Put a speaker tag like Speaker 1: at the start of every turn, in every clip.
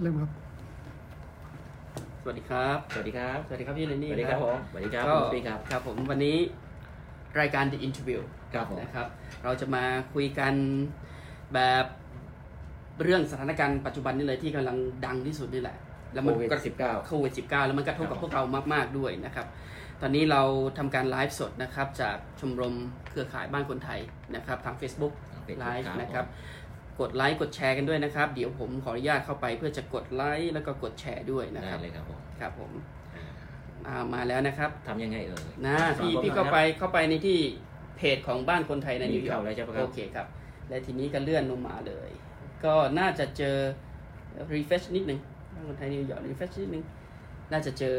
Speaker 1: เริ่มครับ
Speaker 2: สวัสดีครับ
Speaker 3: สวัสดีครับ
Speaker 2: สวัสดีครับพี่เลนนี่
Speaker 3: สวัสดีครับผมสวัสดีครับ
Speaker 2: ก็
Speaker 3: คุณปีครับ
Speaker 2: ครับผมวันนี้รายการ The Interview
Speaker 3: ครับผม
Speaker 2: นะครับ เราจะมาคุยกันแบบเรื่องสถานการณ์ปัจจุบันนี่เลยที่กำลังดังที่สุดนี่แหละ แล้วมัน
Speaker 3: โควิด
Speaker 2: กระ
Speaker 3: สิบเก้า
Speaker 2: โควิด19แล้วมันกระทบกับ
Speaker 3: ครับ
Speaker 2: พวกเรามากๆด้วยนะครับ ตอนนี้เราทำการไลฟ์สดนะครับ จากชมรมเครือข่ายบ้านคนไทยนะครับทาง Facebook ไลฟ์นะครับ กดไลค์กดแชร์กันด้วยนะครับ เดี๋ยวผมขออนุญาตเข้าไปเพื่อจะกดไลค์แล้วก็กดแชร์ด้วย
Speaker 3: ได้
Speaker 2: นะครับ
Speaker 3: เลยครับผม
Speaker 2: ครับผม
Speaker 3: อ่า
Speaker 2: อ่ามาแล้วนะครับ
Speaker 3: ทำยังไงเอ่ย
Speaker 2: นะ
Speaker 3: สอน
Speaker 2: พี่
Speaker 3: ผม
Speaker 2: พี่
Speaker 3: หน่
Speaker 2: เข้า
Speaker 3: อย
Speaker 2: ไป
Speaker 3: นะ
Speaker 2: เข้าไปในที่เพจของบ้านคนไทยใน
Speaker 3: มี
Speaker 2: นิวยอร์
Speaker 3: เข้าก แล้วใช่ปะครับ
Speaker 2: โอเคครับ และทีนี้ก็เลื่อนลงมาเลย ก็น่าจะเจอ refresh นิดนึงบ้านคนไทยนิวยอร์ก refresh นิดนึง น่าจะเจอ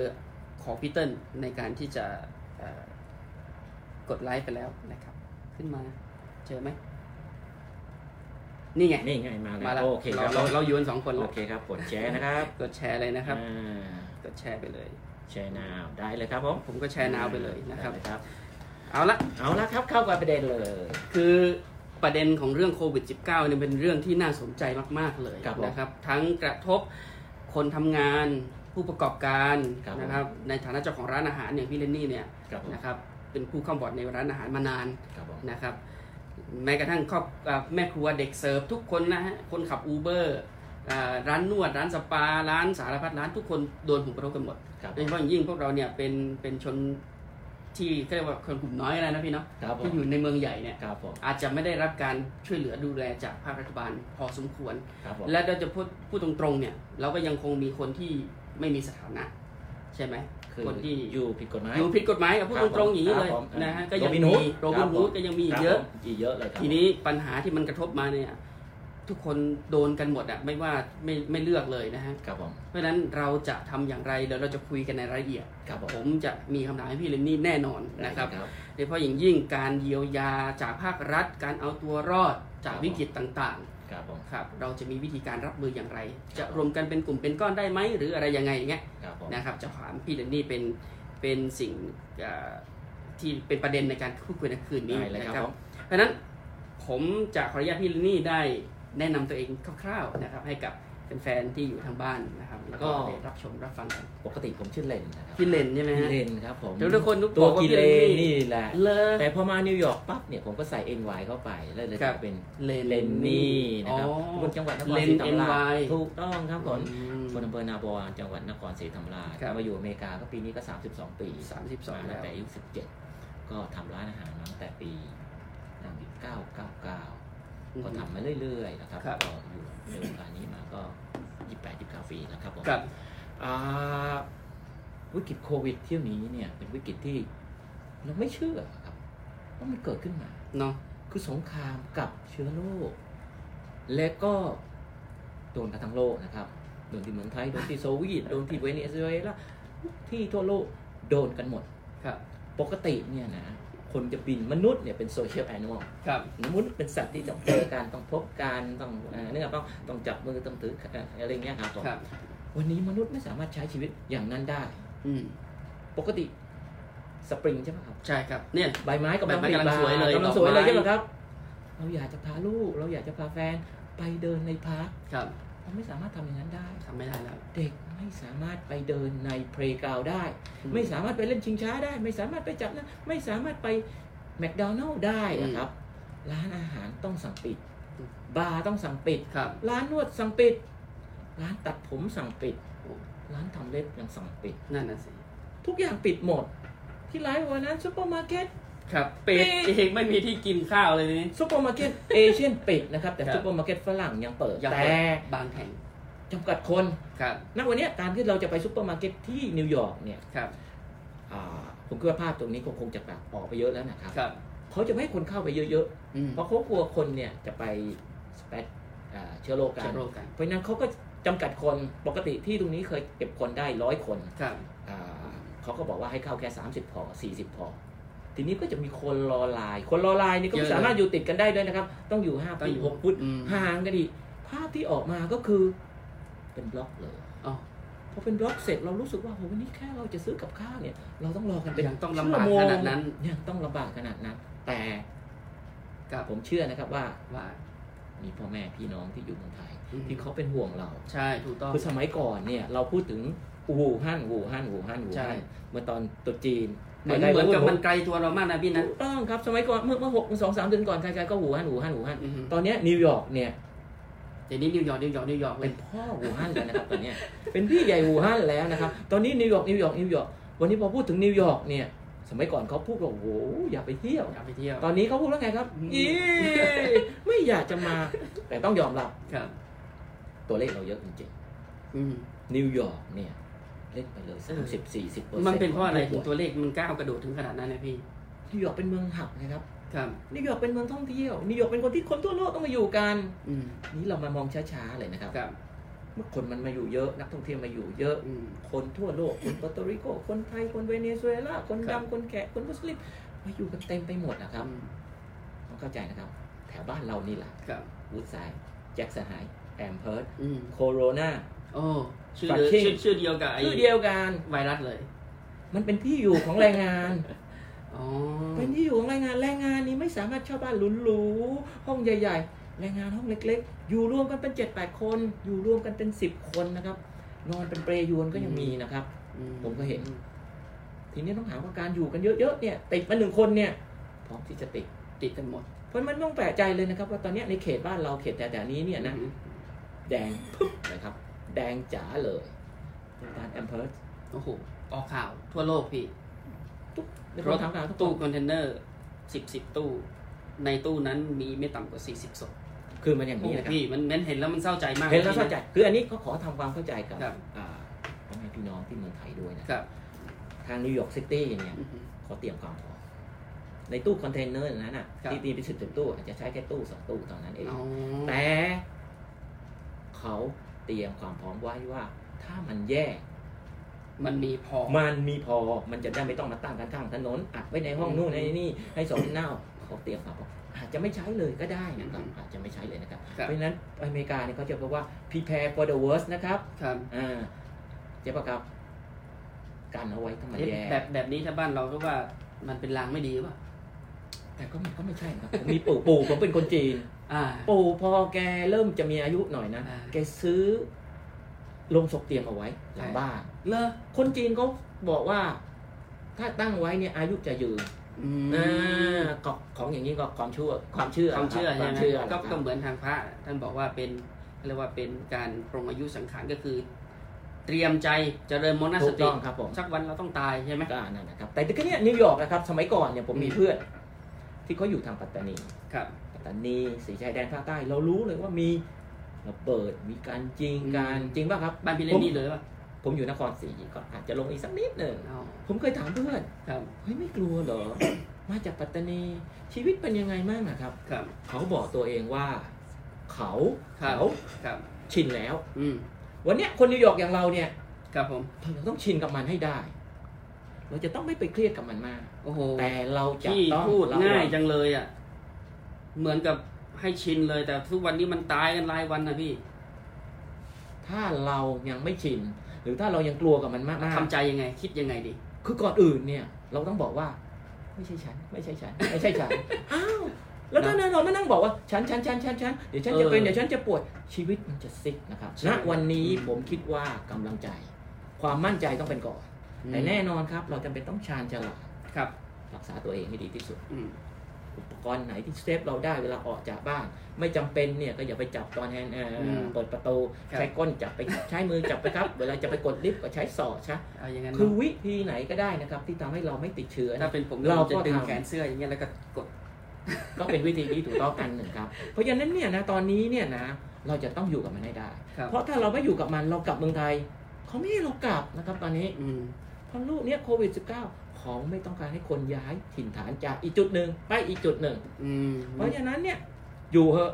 Speaker 2: ของพีเติ้ลในการที่จะเอ่อกดไลค์ไปแล้วนะครับ ขึ้นมาเจอไหมนี่ไง
Speaker 3: นี่ไงมา
Speaker 2: มา
Speaker 3: แล้
Speaker 2: แล้ว ว
Speaker 3: โอเคค
Speaker 2: เรา
Speaker 3: รับ
Speaker 2: เราเราอยู่กันสองคน
Speaker 3: โอ
Speaker 2: แล้ว
Speaker 3: เคครับกดแชร์นะครับ
Speaker 2: กดแชร์เลยนะครับ
Speaker 3: อ่าก
Speaker 2: ดแชร์ไปเลย
Speaker 3: แชร์นาวได้เลยครับผม
Speaker 2: ผมก็แชร์นาวไปเลยนะครับ
Speaker 3: ได้บ
Speaker 2: เอาละ
Speaker 3: เอาละครับเข้ากับประเด็นเลย
Speaker 2: คือประเด็นของเรื่องโควิด -19 เนี่ยเป็นเรื่องที่น่าสนใจมาก ๆ เลยนะครับ ทั้งกระทบคนทำงานผู้ประกอบการนะครับ ในฐานะเจ้าของร้านอาหารอย่างพี่เลนนี่เนี่ย
Speaker 3: ครับผม
Speaker 2: นะครับ เป็นผู้เข้าบอร์ดในร้านอาหารมานาน
Speaker 3: ครับผม
Speaker 2: นะครับ แม้กระทั่งครอบเอ่อแม่ครัวเด็กเสิร์ฟทุกคนนะฮะคนขับอูเบอร์ร้านนวด ร้านสปา ร้านสารพัดร้านทุกคนโดนผลกระทบกันหมด
Speaker 3: ครับ
Speaker 2: โดยเฉพาะอย่างยิ่งพวกเราเนี่ยเป็นเป็นชนที่ก็เรียกว่าคนกลุ่มน้อยอะไรนะพี่เนาะ
Speaker 3: ครับผ
Speaker 2: ที่
Speaker 3: ม
Speaker 2: อยู่ในเมืองใหญ่เนี่ย
Speaker 3: ครับผม
Speaker 2: อาจจะไม่ได้รับการช่วยเหลือดูแลจากภาครัฐบาลพอสมควร
Speaker 3: ครับผม
Speaker 2: และเราจะพูดพูดตรงๆเนี่ย เราก็ยังคงมีคนที่ไม่มีสถานะ ใช่ไหม
Speaker 3: คือ
Speaker 2: คนที่
Speaker 3: อยู่ผิดกฎหมาย
Speaker 2: อยู่ผิดกฎหมายอะพูดตรงๆอย่างนี้เลย
Speaker 3: ครับผม
Speaker 2: นะฮะ
Speaker 3: ครับ
Speaker 2: ก็ยัง
Speaker 3: โรบิน
Speaker 2: มี
Speaker 3: ฮูด
Speaker 2: โรบิน
Speaker 3: ครับผม
Speaker 2: ฮูดก็ยังมีอี
Speaker 3: ค
Speaker 2: ก
Speaker 3: รับ
Speaker 2: เยอะ
Speaker 3: ผมอีกเยอะเลยครับ
Speaker 2: ทีนี้ปัญหาที่มันกระทบมาเนี่ย ทุกคนโดนกันหมดอะไม่ว่าไม่ไม่เลือกเลยนะฮะ
Speaker 3: ครับผม
Speaker 2: เพราะฉะนั้นเราจะทำอย่างไรเดี๋ยวเราจะคุยกันในรายละเอียด
Speaker 3: ครับผม
Speaker 2: ผมจะมีคำถามให้พี่เลนนี่แน่นอน
Speaker 3: ได้
Speaker 2: นะครับ โดยเฉพาะอย่างยิ่งการเยียวยาจากภาครัฐ การเอาตัวรอดจากวิกฤตต่าง
Speaker 3: ครับผม
Speaker 2: ๆ ครับ เราจะมีวิธีการรับมืออย่างไร จะรวมกันเป็นกลุ่มเป็นก้อนได้ไหม หรืออะไรยังไงอย่างเงี้ย
Speaker 3: ครับผม
Speaker 2: นะครับ จะถามพี่เดนนี่เป็นเป็นสิ่งเอ่อที่เป็นประเด็นในการพูดคุยในคืนนี้
Speaker 3: ได้เลย
Speaker 2: นะ
Speaker 3: ค
Speaker 2: ค
Speaker 3: รั
Speaker 2: รั
Speaker 3: บบ ผม
Speaker 2: เพราะฉะนั้นผมจะขออนุญาตพี่เดนนี่ได้แนะนำตัวเองคร่าวๆนะครับให้กับแฟนๆที่อยู่ทางบ้านนะครับ แล้วก็ได้รับชมรับฟังกัน
Speaker 3: ปกติผมชื่อเลนนะครับ
Speaker 2: พี่เลนใช่ไหมฮะ
Speaker 3: เลนครับผม
Speaker 2: เดี๋ยวทุกคนทุก
Speaker 3: ตัว
Speaker 2: บอกา
Speaker 3: กิ
Speaker 2: พี่
Speaker 3: เลน
Speaker 2: นี่
Speaker 3: นี่แหละ
Speaker 2: เลอ
Speaker 3: แต่พอมานิวยอร์กปั๊บเนี่ยผมก็ใส่ NY เข้าไปแล้วเลย
Speaker 2: ครั
Speaker 3: จะ
Speaker 2: บ
Speaker 3: เป็น
Speaker 2: เลน
Speaker 3: เลนนี่นะครับ
Speaker 2: อ๋อ
Speaker 3: คนจังหวัดนคร
Speaker 2: เลน
Speaker 3: ศรีธรรมรา
Speaker 2: NY
Speaker 3: ชถูกต้องครับผม
Speaker 2: อืม
Speaker 3: คนอำเภอนาบอนจังหวัดนครศรีธรรมราช
Speaker 2: ครับ
Speaker 3: มาอยู่อเมริกาก็ปีนี้ก็ 32 ปี
Speaker 2: 32
Speaker 3: มาตั้งแต่
Speaker 2: แล้ว
Speaker 3: อายุ17 ก็ทำร้านอาหารมาตั้งแต่ปี1999
Speaker 2: อืม
Speaker 3: ก็ทำมาเรื่อยๆนะครับ
Speaker 2: ครับ
Speaker 3: ก็อยู่ในวงการนี้มาก็ 28 19ปีแล้วครับผม
Speaker 2: ครับ
Speaker 3: อ่าวิกฤตโควิดเที่ยวนี้เนี่ยเป็นวิกฤตที่เราไม่เชื่อครับว่ามันเกิดขึ้นมา
Speaker 2: เนาะ
Speaker 3: คือสงครามกับเชื้อโรคและก็โดนกันทั้งโลกนะครับโดนที่เมืองไทยโดนที่โซเวียตโดนที่เวเนซุเอลาที่ทั่วโลกโดนกันหมด
Speaker 2: ครับ
Speaker 3: ปกติเนี่ยนะคนจะบินมนุษย์เนี่ยเป็นโซเชียลแอนิมอล
Speaker 2: ครับ
Speaker 3: มนุษย์เป็นสัตว์ที่ต้องเจอกันต้องพบกันต้องเอ่อนึกออกปะต้องจับมือต้องถือเอ่ออะไรเงี้ยครับผม
Speaker 2: ครับ
Speaker 3: วันนี้มนุษย์ไม่สามารถใช้ชีวิตอย่างนั้นได้
Speaker 2: อืม
Speaker 3: ปกติสปริงใช่ไหมครับ
Speaker 2: ใช่ครับ เนี่ย
Speaker 3: ใบไม้กำลัง
Speaker 2: ใบไม้กำลัง
Speaker 3: บา
Speaker 2: สวยเลย
Speaker 3: กำ
Speaker 2: ด
Speaker 3: ลั
Speaker 2: อง ก
Speaker 3: สวยเลย
Speaker 2: ไม้
Speaker 3: ใช่ไหมครับ เราอยากจะพาลูก เราอยากจะพาแฟนไปเดินในพาร์ค
Speaker 2: ครับ
Speaker 3: เราไม่สามารถทำอย่างนั้นได้
Speaker 2: ทำไม่ได้แล้ว
Speaker 3: เด็กไม่สามารถไปเดินในเพลย์กราวได้
Speaker 2: อืม
Speaker 3: ไม่สามารถไปเล่นชิงช้าได้ ไม่สามารถไปจับนะไม่สามารถไปแมคโดนัลล์ได้นะครับ ร้านอาหารต้องสั่งปิด
Speaker 2: อืม
Speaker 3: บาร์ต้องสั่งปิด
Speaker 2: ครับ
Speaker 3: ร้านนวดสั่งปิด ร้านตัดผมสั่งปิด
Speaker 2: โอ้
Speaker 3: ร้านทำเล็บยังสั่งปิด
Speaker 2: นั่นน่ะสิ
Speaker 3: ทุกอย่างปิดหมด ที่ร้านวันนั้นซุปเปอร์มาร์เก็ต
Speaker 2: ครับปิด
Speaker 3: ปิด
Speaker 2: เองไม่มีที่กินข้าวเลยทีนี้
Speaker 3: ซุปเปอร์มาร์เก็ตเอเชียนปิดนะครับ แต่
Speaker 2: ครับ
Speaker 3: ซุปเปอร์มาร์เก็ตฝรั่งยังเปิด
Speaker 2: ยัง
Speaker 3: แต่
Speaker 2: เปิดบางแห่ง
Speaker 3: จำกัดคน
Speaker 2: ครับ
Speaker 3: ณวันเนี้ยการที่เราจะไปซุปเปอร์มาร์เก็ตที่นิวยอร์กเนี่ย
Speaker 2: ครับ
Speaker 3: อ่าผมคิดว่าภาพตรงนี้คงคงจะแบบออกไปเยอะแล้วนะครับ
Speaker 2: ครับ
Speaker 3: เขาจะไม่ให้คนเข้าไปเยอะ
Speaker 2: อืม
Speaker 3: ๆ เพราะเขากลัวคนเนี่ยจะไปสเปดอ่าเชื้อโรคกั
Speaker 2: จะ
Speaker 3: น
Speaker 2: โรคกัน
Speaker 3: เพราะฉะนั้นเขาก็จำกัดคนปกติที่ตรงนี้เคยเก็บคนได้ร้อยคน
Speaker 2: ครับ
Speaker 3: อ่าเขาก็บอกว่าให้เข้าแค่ 30 พอ 40 พอ ทีนี้ก็จะมีคนรอไลน์คนรอไลน์นี่ก็
Speaker 2: เยอะเลย
Speaker 3: สามารถอยู่ติดกันได้ด้วยนะครับ ต้องอยู่5
Speaker 2: ต้อง
Speaker 3: ปี
Speaker 2: อยู่
Speaker 3: 6ฟุต
Speaker 2: อืม
Speaker 3: ห่างกันดีภาพที่ออกมาก็คือเป็นบล็อกเลย
Speaker 2: อ๋อ
Speaker 3: พอเป็นบล็อกเสร็จเรารู้สึกว่าโหวันนี้แค่เราจะซื้อกับข้าวเนี่ย เราต้องรอกันเป็น
Speaker 2: ยังต้องลำบาก
Speaker 3: ชั่วโม
Speaker 2: ขนาดนั้น
Speaker 3: ยังต้องลำบากขนาดนั้น แต่
Speaker 2: ครับ
Speaker 3: ผมเชื่อนะครับว่า
Speaker 2: ว่า
Speaker 3: มีพ่อแม่พี่น้องที่อยู่เมืองไทย
Speaker 2: อืม
Speaker 3: ที่เขาเป็นห่วงเรา
Speaker 2: ใช่ถูกต้อง
Speaker 3: คือสมัยก่อนเนี่ยเราพูดถึงวูฮั่นวูฮั่นวูฮั่นวู
Speaker 2: ใช่
Speaker 3: ฮั่นเมื่อตอนตรุษจีน
Speaker 2: เหมือนเหมือนกับมันไกลตัวเรามากนะพี่นะ
Speaker 3: ถูกต้องครับสมัยก่อนเมื่อเมื่อหกสองสามเดือนก่อนใครๆก็วูฮั่นวูฮั่นวูฮั่น
Speaker 2: อือฮึ
Speaker 3: ตอนเนี้ยนิวยอร์กเนี่ย
Speaker 2: เดี๋ยวนี้นิวยอร์กนิวยอร์กนิวยอร์กเล
Speaker 3: เป็
Speaker 2: ย
Speaker 3: นพ่อวูฮั่นแล้วนะครับตอนเนี้ยเป็นพี่ใหญ่วูฮั่นแล้วนะครับตอนนี้นิวยอร์กนิวยอร์กนิวยอร์กวันนี้พอพูดถึงนิวยอร์กเนี่ยสมัยก่อนเขาพูดว่าโอ้โหอย่าไปเที่ยว
Speaker 2: อยากไปเที่ยว
Speaker 3: ตอนนี้เขาพูดว่าไงครับ
Speaker 2: อืม
Speaker 3: อีไม่อยากจะมาแต่ต้องยอมรับ
Speaker 2: ครับ
Speaker 3: ตัวเลขเราเยอะจริง
Speaker 2: อืม
Speaker 3: ๆนิวยอร์กเนี่ยเล่นไปเลยสักสิบสี่สิบเปอร์เซ็นต์
Speaker 2: มันเป็นเพราะอะไรถึงตัวเลขมันก้าวกระโดดถึงขนาดนั้นนะพี่
Speaker 3: นิวยอร์กเป็นเมืองหับนะครับ
Speaker 2: ครับ
Speaker 3: นิวยอร์กเป็นเมืองท่องเที่ยว นิวยอร์กเป็นคนที่คนทั่วโลกต้องมาอยู่กัน
Speaker 2: อืม
Speaker 3: นี่เรามามองช้าๆเลยนะครับ
Speaker 2: ครับ
Speaker 3: เมื่อคนมันมาอยู่เยอะ นักท่องเที่ยวมาอยู่เยอะ
Speaker 2: อืม
Speaker 3: คนทั่วโลก คนปอร์โตริโก คนไทย คนเวเนซุเอลา คน
Speaker 2: ครับ
Speaker 3: ดำ คนแขกคนมุสลิม มาอยู่กันเต็มไปหมดนะครับ
Speaker 2: อืม
Speaker 3: ต้องเข้าใจนะครับ แถวบ้านเรานี่แหละ
Speaker 2: ครับ
Speaker 3: วูดไซด์แจ็คสหาย แอมเพิร์ด
Speaker 2: อืม
Speaker 3: โคโรนา
Speaker 2: โอ้ชื่อ
Speaker 3: Fucking
Speaker 2: เดียวชื่อชื่อเดียวกับไอ้
Speaker 3: ชื่อเดียวกัน
Speaker 2: ไวรัสเลย
Speaker 3: มันเป็นที่อยู่ของแรงงาน
Speaker 2: อ๋อ
Speaker 3: เป็นที่อยู่ของแรงงานแรงงานนี้ไม่สามารถเช่าบ้านหรูๆห้องใหญ่ๆ แรงงานห้องเล็กๆ อยู่รวมกันเป็น7จ็ดแปดคน อยู่รวมกันเป็น 10 คนนะครับ นอนเป็นเปรยวนก็ยังมีนะครับ
Speaker 2: อื
Speaker 3: ผมก็เห็น ทีนี้ต้องหาว่าการอยู่กันเยอะๆเนี่ยติดมาหนึ่งคนเนี่ยพร้อมที่จะติด
Speaker 2: ติดกันหมด
Speaker 3: เพราะมันต้องแปลกใจเลยนะครับ ว่าตอนเนี้ยในเขตบ้านเราเขตแต่แต่นี้เนี่ยนะ
Speaker 2: อืม
Speaker 3: แดงปึ๊บนะครับ แดงจ๋าเลยตานแอมเพิร์ส
Speaker 2: โอ้โหออกข่าวทั่วโลกพี่
Speaker 3: ตุ๊บใน
Speaker 2: ร
Speaker 3: ร
Speaker 2: ถ
Speaker 3: ถทางการทุก
Speaker 2: ตู้
Speaker 3: ตู้
Speaker 2: คอนเทนเนอร์สิบสิบตู้ ในตู้นั้นมีไม่ต่ำกว่าสี่สิบศพ
Speaker 3: คือมันอย่าง
Speaker 2: โอ้
Speaker 3: นี้
Speaker 2: โห
Speaker 3: นะครับ
Speaker 2: พี่มันมันเห็นแล้วมันเศร้าใจมาก
Speaker 3: เห็นแล้ว
Speaker 2: พี่ะ
Speaker 3: เข้าใจคืออันนี้ก็ขอทำความเข้าใจกับ
Speaker 2: ครับ
Speaker 3: อ่าพ่อแม่พี่น้องที่เมืองไทยด้วยนะครับ ทางนิวยอร์กซิตี้อย่างเงี้ย
Speaker 2: อือฮึ
Speaker 3: ขอเตรียมความพร้อมในตู้คอนเทนเนอร์นั้นน่ะ
Speaker 2: ครับ
Speaker 3: ที่ตีไปสิบสิบตู้อาจจะใช้แค่ตู้สองตู้เท่านั้นเอง
Speaker 2: อ๋อ
Speaker 3: แต่ เขาเตรียมความพร้อมไว้ว่า ถ้ามันแย่
Speaker 2: มันมีพอ
Speaker 3: มันมีพอมันจะได้ไม่ต้องมาตั้งกันข้างถนนอัดไว้ในห้อง
Speaker 2: อืม
Speaker 3: นู่นในนี่ให้สองเน่าเขาเตรียมความพร้อมอาจจะไม่ใช้เลยก็ได้นะครับ
Speaker 2: อืม
Speaker 3: อาจจะไม่ใช้เลยนะครับ
Speaker 2: ครับ
Speaker 3: เพราะฉะนั้นอเมริกาเนี่ยเขาจะบอกว่า prepare for the worst นะครับ
Speaker 2: ครับ
Speaker 3: อ่าเจ๊ปะครับกันเอาไว้ทำไม
Speaker 2: เอ๊ะ
Speaker 3: แย่
Speaker 2: แบบแบบนี้ถ้าบ้านเราก็ว่ามันเป็นรางไม่ดีหรือเปล่ะ
Speaker 3: แต่ก็มันก็ไม่ใช่นะครับผมมีปู่ปู่ผมเป็นคนจีน
Speaker 2: อ่า
Speaker 3: ปู่พอแกเริ่มจะมีอายุหน่อยนะ
Speaker 2: อ่า
Speaker 3: แกซื้อโลงศพเตียงเอาไว้หลังบ้าน
Speaker 2: เลอะ
Speaker 3: คนจีนเขาบอกว่า ถ้าตั้งไว้เนี่ยอายุจะยืน
Speaker 2: อืม
Speaker 3: อ่าก็ของอย่างนี้ก็ความเชื่อความเชื่อ
Speaker 2: ความเชื่อ
Speaker 3: ค
Speaker 2: ใช่
Speaker 3: วาม
Speaker 2: ไหม
Speaker 3: เชื่อ
Speaker 2: ก็
Speaker 3: นะค
Speaker 2: ก็
Speaker 3: รับ
Speaker 2: เหมือนทางพระท่านบอกว่าเป็นเรียกว่าเป็นการปรงอายุสังขารก็คือ เตรียมใจเจริญมรณส
Speaker 3: ถูก
Speaker 2: ติ
Speaker 3: ต้องครับผม
Speaker 2: สักวันเราต้องตายใช่ไหม
Speaker 3: ก็นั่นนะครับ แต่ก็เนี่ยนิวยอร์กนะครับ สมัยก่อนเนี่ยผมมี
Speaker 2: อืม
Speaker 3: เพื่อน ที่เขาอยู่ทางปัตตานี
Speaker 2: ครับ
Speaker 3: ปัตตานีสีชายแดนภาคใต้เรารู้เลยว่ามีระเบิดมีการยิงการจริงป่ะครับ
Speaker 2: บ้านพี่เล่นนี่เลยป่ะ
Speaker 3: ผมอยู่นครศรีก็อาจจะลงอีกสักนิดหนึ่ง
Speaker 2: เอา
Speaker 3: ผมเคยถามเพื่อน
Speaker 2: ครับ
Speaker 3: เฮ้ยไม่กลัวเหรอ มาจากปัตตานีชีวิตเป็นยังไงบ้างนะครับ
Speaker 2: ครับ
Speaker 3: เขาบอกตัวเองว่า เขาเขา
Speaker 2: ครับ
Speaker 3: ชินแล้ว
Speaker 2: อืม
Speaker 3: วันเนี้ยคนนิวยอร์กอย่างเราเนี่ย
Speaker 2: ครับผม
Speaker 3: เราต้องชินกับมันให้ได้ เราจะต้องไม่ไปเครียดกับมันมาก
Speaker 2: โอ้โห
Speaker 3: แต่เราจะ
Speaker 2: พี่
Speaker 3: ต้อง
Speaker 2: พูด
Speaker 3: ระวั
Speaker 2: ง่ายจังเลยอ่ะ เหมือนกับให้ชินเลยแต่ทุกวันนี้มันตายกันรายวันนะพี่
Speaker 3: ถ้าเรายังไม่ชิน หรือถ้าเรายังกลัวกับมันมากๆ
Speaker 2: ทำใจยังไง คิดยังไงดี
Speaker 3: คือก่อนอื่นเนี่ยเราต้องบอกว่า ไม่ใช่ฉัน ไม่ใช่ฉัน ไม่ใช่ฉัน อ้าวแล้วถ้าเราไม่นั่งบอกว่าฉันฉันฉันฉันฉันเดี๋ยวฉันจะเป็น
Speaker 2: เออ
Speaker 3: เดี๋ยวฉันจะปวดชีวิตมันจะซิกนะครับ
Speaker 2: ใช่
Speaker 3: ณวันนี้
Speaker 2: อืม
Speaker 3: ผมคิดว่ากำลังใจ ความมั่นใจต้องเป็นก่อน แต่แน่นอนครับ เราจำเป็นต้องชาญฉลาด
Speaker 2: ครับ
Speaker 3: รักษาตัวเองให้ดีที่สุด
Speaker 2: อืม
Speaker 3: อุปกรณ์ไหนที่เซฟเราได้เวลาออกจากบ้าน ไม่จำเป็นเนี่ยก็อย่าไปจับตอนแฮนด์เอ่ออ
Speaker 2: ม
Speaker 3: เปิดประตู
Speaker 2: ครับ
Speaker 3: ใช้ก้นจับไปใช้มือจับไปครับ เวลาจะไปกดลิฟต์ก็ใช้ศอกใช้
Speaker 2: เอาอย่างนั้น
Speaker 3: คือ
Speaker 2: เนอะ
Speaker 3: วิธีไหนก็ได้นะครับ ที่ทำให้เราไม่ติดเชื้อนะ
Speaker 2: ถ้าเป็นผม
Speaker 3: เรา
Speaker 2: ผมจะ
Speaker 3: ก็
Speaker 2: ดึง
Speaker 3: ทำ
Speaker 2: แขนเสื้ออย่างเงี้ยแล้วก็กด
Speaker 3: ก็เป็นวิธีที่ถูกต้องกันหนึ่งครับ เพราะฉะนั้นเนี่ยนะตอนนี้เนี่ยนะเราจะต้องอยู่กับมันให้ได้
Speaker 2: ครับ
Speaker 3: เพราะถ้าเราไม่อยู่กับมันเรากลับเมืองไทยเขาไม่ให้เรากลับนะครับตอนนี้
Speaker 2: อืม
Speaker 3: เพราะลูกเนี่ยโควิด -19 เขาไม่ต้องการให้คนย้ายถิ่นฐานจากอีกจุดหนึ่งไปอีกจุดหนึ่ง
Speaker 2: อืม
Speaker 3: เพราะฉะนั้นเนี่ยอยู่เหอะ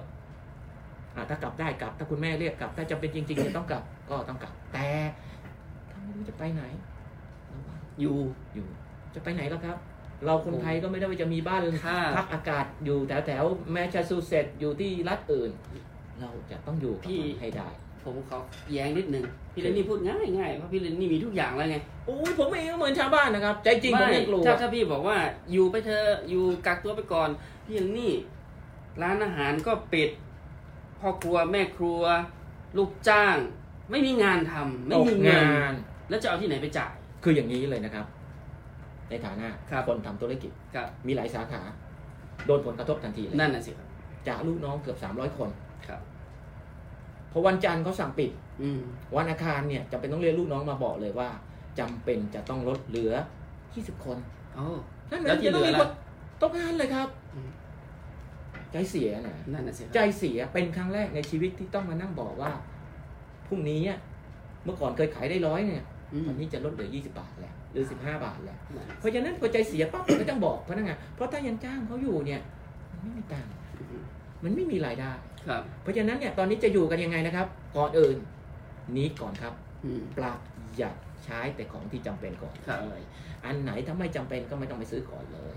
Speaker 3: อ่ะถ้ากลับได้กลับ ถ้าคุณแม่เรียกกลับ ถ้าจำเป็นจริงๆจะต้องกลับก็ต้องกลับ แต่ถ้าไม่รู้จะไปไหนระวัง
Speaker 2: อยู่
Speaker 3: อยู่ จะไปไหนแล้วครับ เราคนไทยก็ไม่ได้ว่าจะมีบ้าน
Speaker 2: ถ้า
Speaker 3: พักอากาศอยู่แถวแถวแมชชูเซตส์อยู่ที่รัฐอื่น เราจะต้องอยู่กับ
Speaker 2: พี่
Speaker 3: มันให้ได้
Speaker 2: ผมขอแย้งนิดนึงพี่เลนนี่พูดง่ายง่ายเพราะพี่เลนนี่มีทุกอย่างแล้วไง
Speaker 3: โอ้ยผมเองก็เหมือนชาวบ้านนะครับ ใจจริงผม
Speaker 2: ไม่
Speaker 3: ไม่กลัว
Speaker 2: ถ้าถ้าพี่บอกว่าอยู่ไปเธอะอยู่กักตัวไปก่อน พี่อย่างนี่ร้านอาหารก็ปิดพ่อครัวแม่ครัว ลูกจ้าง ไม่มีงานทำไม่
Speaker 3: ตก
Speaker 2: มีเงิ
Speaker 3: งาน น
Speaker 2: แล้วจะเอาที่ไหนไปจ่าย
Speaker 3: คืออย่างนี้เลยนะครับ ในฐานะครับ คนทำธุรกิจ
Speaker 2: ครับ
Speaker 3: มีหลายสาขา โดนผลกระทบทันทีเลย
Speaker 2: นั่นน่ะสิครับ
Speaker 3: จากลูกน้องเกือบ 300 คน
Speaker 2: ครับ
Speaker 3: เพราะวันจันทร์เขาสั่งปิด
Speaker 2: อืม
Speaker 3: วันอังคารเนี่ยจำเป็นต้องเรียกลูกน้องมาบอกเลยว่าจำเป็นจะต้องลดเหลือ 20 คน
Speaker 2: โอ้
Speaker 3: นั่นหมา
Speaker 2: แล้
Speaker 3: ยว
Speaker 2: ที่
Speaker 3: ถึงจะ
Speaker 2: เหลื
Speaker 3: ต้องมีค
Speaker 2: อล่ะ
Speaker 3: นตกงานเลยครับ
Speaker 2: อืม
Speaker 3: ใจเสียนะ
Speaker 2: นั่นน่ะสิครับ
Speaker 3: ใจเสียเป็นครั้งแรกในชีวิตที่ต้องมานั่งบอกว่าพรุ่งนี้อะเมื่อก่อนเคยขายได้ร้อยเนี่ย
Speaker 2: อืม
Speaker 3: ตอนนี้จะลดเหลือ 20 บาทแล้วหรือ 15 บาทแล้ว
Speaker 2: นั่น
Speaker 3: เพราะฉะนั้นพอใจเสียปั๊บก็ต้องบอกพนักงาน เพราะถ้ายังจ้างเขาอยู่เนี่ย มันไม่มีตังค์มันไม่มีรายได้
Speaker 2: ครับ
Speaker 3: เพราะฉะนั้นเนี่ยตอนนี้จะอยู่กันยังไงนะครับ ก่อนอื่นหนี้ก่อนครับ
Speaker 2: อืม
Speaker 3: ปรับอย่าใช้แต่ของที่จำเป็นก่อน
Speaker 2: ครับ
Speaker 3: เลยอันไหนถ้าไม่จำเป็นก็ไม่ต้องไปซื้อก่อนเลย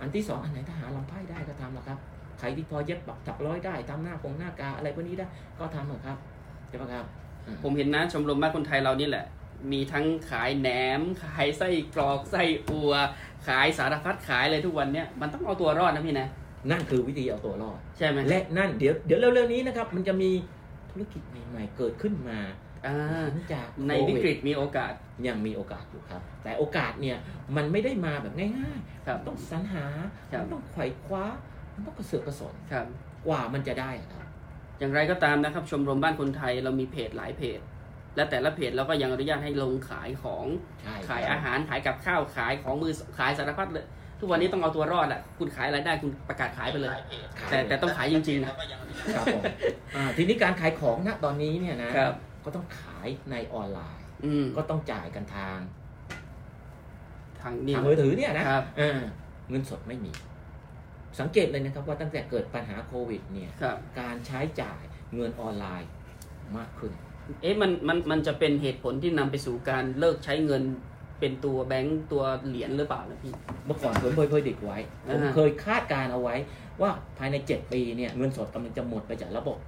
Speaker 3: อันที่สองอันไหนถ้าหาลำไพ่ได้ก็ทำละครับใครที่พอเย็บปักถักร้อยได้ทำหน้าคงหน้ากาอะไรพวกนี้ได้ก็ทำเถอะครับใช่ปะครับอืม
Speaker 2: ผมเห็นนะชมรมบ้านคนไทยเรานี่แหละ มีทั้งขายแหนม ขายไส้กรอกไส้อัว ขายสารพัดขายเลยทุกวันเนี้ยมันต้องเอาตัวรอดนะพี่นะ
Speaker 3: นั่นคือวิธีเอาตัวรอด
Speaker 2: ใช่ไหม
Speaker 3: และนั่นเดี๋ยวเดี๋ยวเร็วๆนี้นะครับ มันจะมีธุรกิจใหม่ ๆ เกิดขึ้นมา
Speaker 2: อ่า
Speaker 3: หลังจาก
Speaker 2: ใน
Speaker 3: โค
Speaker 2: วิ
Speaker 3: ด
Speaker 2: กฤตมีโอกาส
Speaker 3: ยังมีโอกาสอยู่ครับ แต่โอกาสเนี่ยมันไม่ได้มาแบบง่าย
Speaker 2: ครับ
Speaker 3: ๆต้องสรรหา
Speaker 2: ครับ
Speaker 3: มันต้องไขว่คว้ามันต้องกระเสือกกระสน
Speaker 2: ครับ
Speaker 3: กว่ามันจะได้อะครับ
Speaker 2: อย่างไรก็ตามนะครับ ชมรมบ้านคนไทยเรามีเพจหลายเพจ และแต่ละเพจเราก็ยังอนุญาตให้ลงขายของ
Speaker 3: ใช่
Speaker 2: ขาย
Speaker 3: ครับ
Speaker 2: อาหาร ขายกับข้าว ขายของมือ ขายสารพัดเลย ทุกวันนี้ต้องเอาตัวรอดอ่ะ คุณขายอะไรได้คุณประกาศขายไปเลย
Speaker 3: ขาย
Speaker 2: แต่แต่ต้องขายจริงๆนะครับ
Speaker 3: ผมอ่าทีนี้การขายของณตอนนี้เนี่ยนะครับ ก็ต้องขายในออนไลน์
Speaker 2: อืม
Speaker 3: ก็ต้องจ่ายกันทาง
Speaker 2: ทางนี้
Speaker 3: ทางมือถือเนี่ยนะครับ อ่าเงินสดไม่มี สังเกตเลยนะครับว่าตั้งแต่เกิดปัญหาโควิดเนี่ย
Speaker 2: ครับ
Speaker 3: การใช้จ่ายเงินออนไลน์มากขึ้น
Speaker 2: เอ๊ะมันมันมันจะเป็นเหตุผลที่นำไปสู่การเลิกใช้เงินเป็นตัวแบงก์ตัวเหรียญหรือเปล่านะพี่
Speaker 3: เมื่อก่อนผมเคยเคยเด็กไว้
Speaker 2: อ่า
Speaker 3: ผมเคยคาดการณ์เอาไว้ว่าภายใน 7 ปีเนี่ยเงินสดกำลังจะหมดไปจากระบบ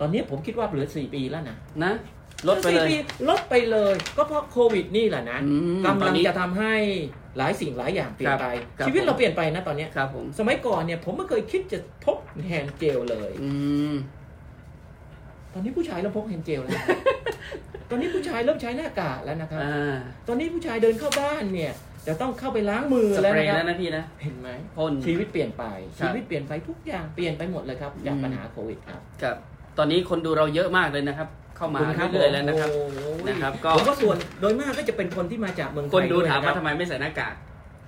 Speaker 3: ตอนนี้ผมคิดว่าเหลือ 4 ปีแล้วนะ
Speaker 2: นะ ลดไปเลย
Speaker 3: สี่ลดไปเลย ก็เพราะโควิดนี่แหละนะ
Speaker 2: อืม
Speaker 3: กำ
Speaker 2: ตอ
Speaker 3: ลั
Speaker 2: น
Speaker 3: ง
Speaker 2: นี้
Speaker 3: จะทำให้หลายสิ่งหลายอย่างเปลี่ยนไป
Speaker 2: ครับ
Speaker 3: ชีวิต
Speaker 2: ผม
Speaker 3: เราเปลี่ยนไปนะตอนเนี้ย
Speaker 2: ครับผม
Speaker 3: สมัยก่อนเนี่ยผมไม่เคยคิดจะพกแฮนด์เจลเลย
Speaker 2: อืม
Speaker 3: ตอนนี้ผู้ชายเริ่มพกแฮนด์เจลแล้ว ตอนนี้ผู้ชายเริ่มใช้หน้ากากแล้วนะครับ
Speaker 2: อ่า
Speaker 3: ตอนนี้ผู้ชายเดินเข้าบ้านเนี่ย จะต้องเข้าไปล้างมือ
Speaker 2: ส
Speaker 3: แล้ว
Speaker 2: เปร
Speaker 3: นะ
Speaker 2: ย์
Speaker 3: ค
Speaker 2: แล้ว
Speaker 3: รั
Speaker 2: นะ
Speaker 3: บ
Speaker 2: พี่นะ
Speaker 3: เห็นไหม
Speaker 2: พ่น
Speaker 3: ชีวิตเปลี่ยนไป
Speaker 2: ครับ
Speaker 3: ชีวิตเปลี่ยนไปทุกอย่างเปลี่ยนไปหมดเลยครับจาก
Speaker 2: อืม
Speaker 3: ปัญหาโควิดครับ
Speaker 2: ครับ ตอนนี้คนดูเราเยอะมากเลยนะครับ เข้ามา
Speaker 3: ขบ
Speaker 2: เรื่อยๆแล้วนะครับ
Speaker 3: โอ้โห
Speaker 2: นะครับก็
Speaker 3: ผมว่าส่วนโดยมากก็จะเป็นคนที่มาจากเมืองไท
Speaker 2: คน
Speaker 3: ย
Speaker 2: ดู
Speaker 3: ด้วย
Speaker 2: ถาม
Speaker 3: นะค
Speaker 2: ว่า
Speaker 3: รับ
Speaker 2: ทำไมไม่ใส่หน้ากาก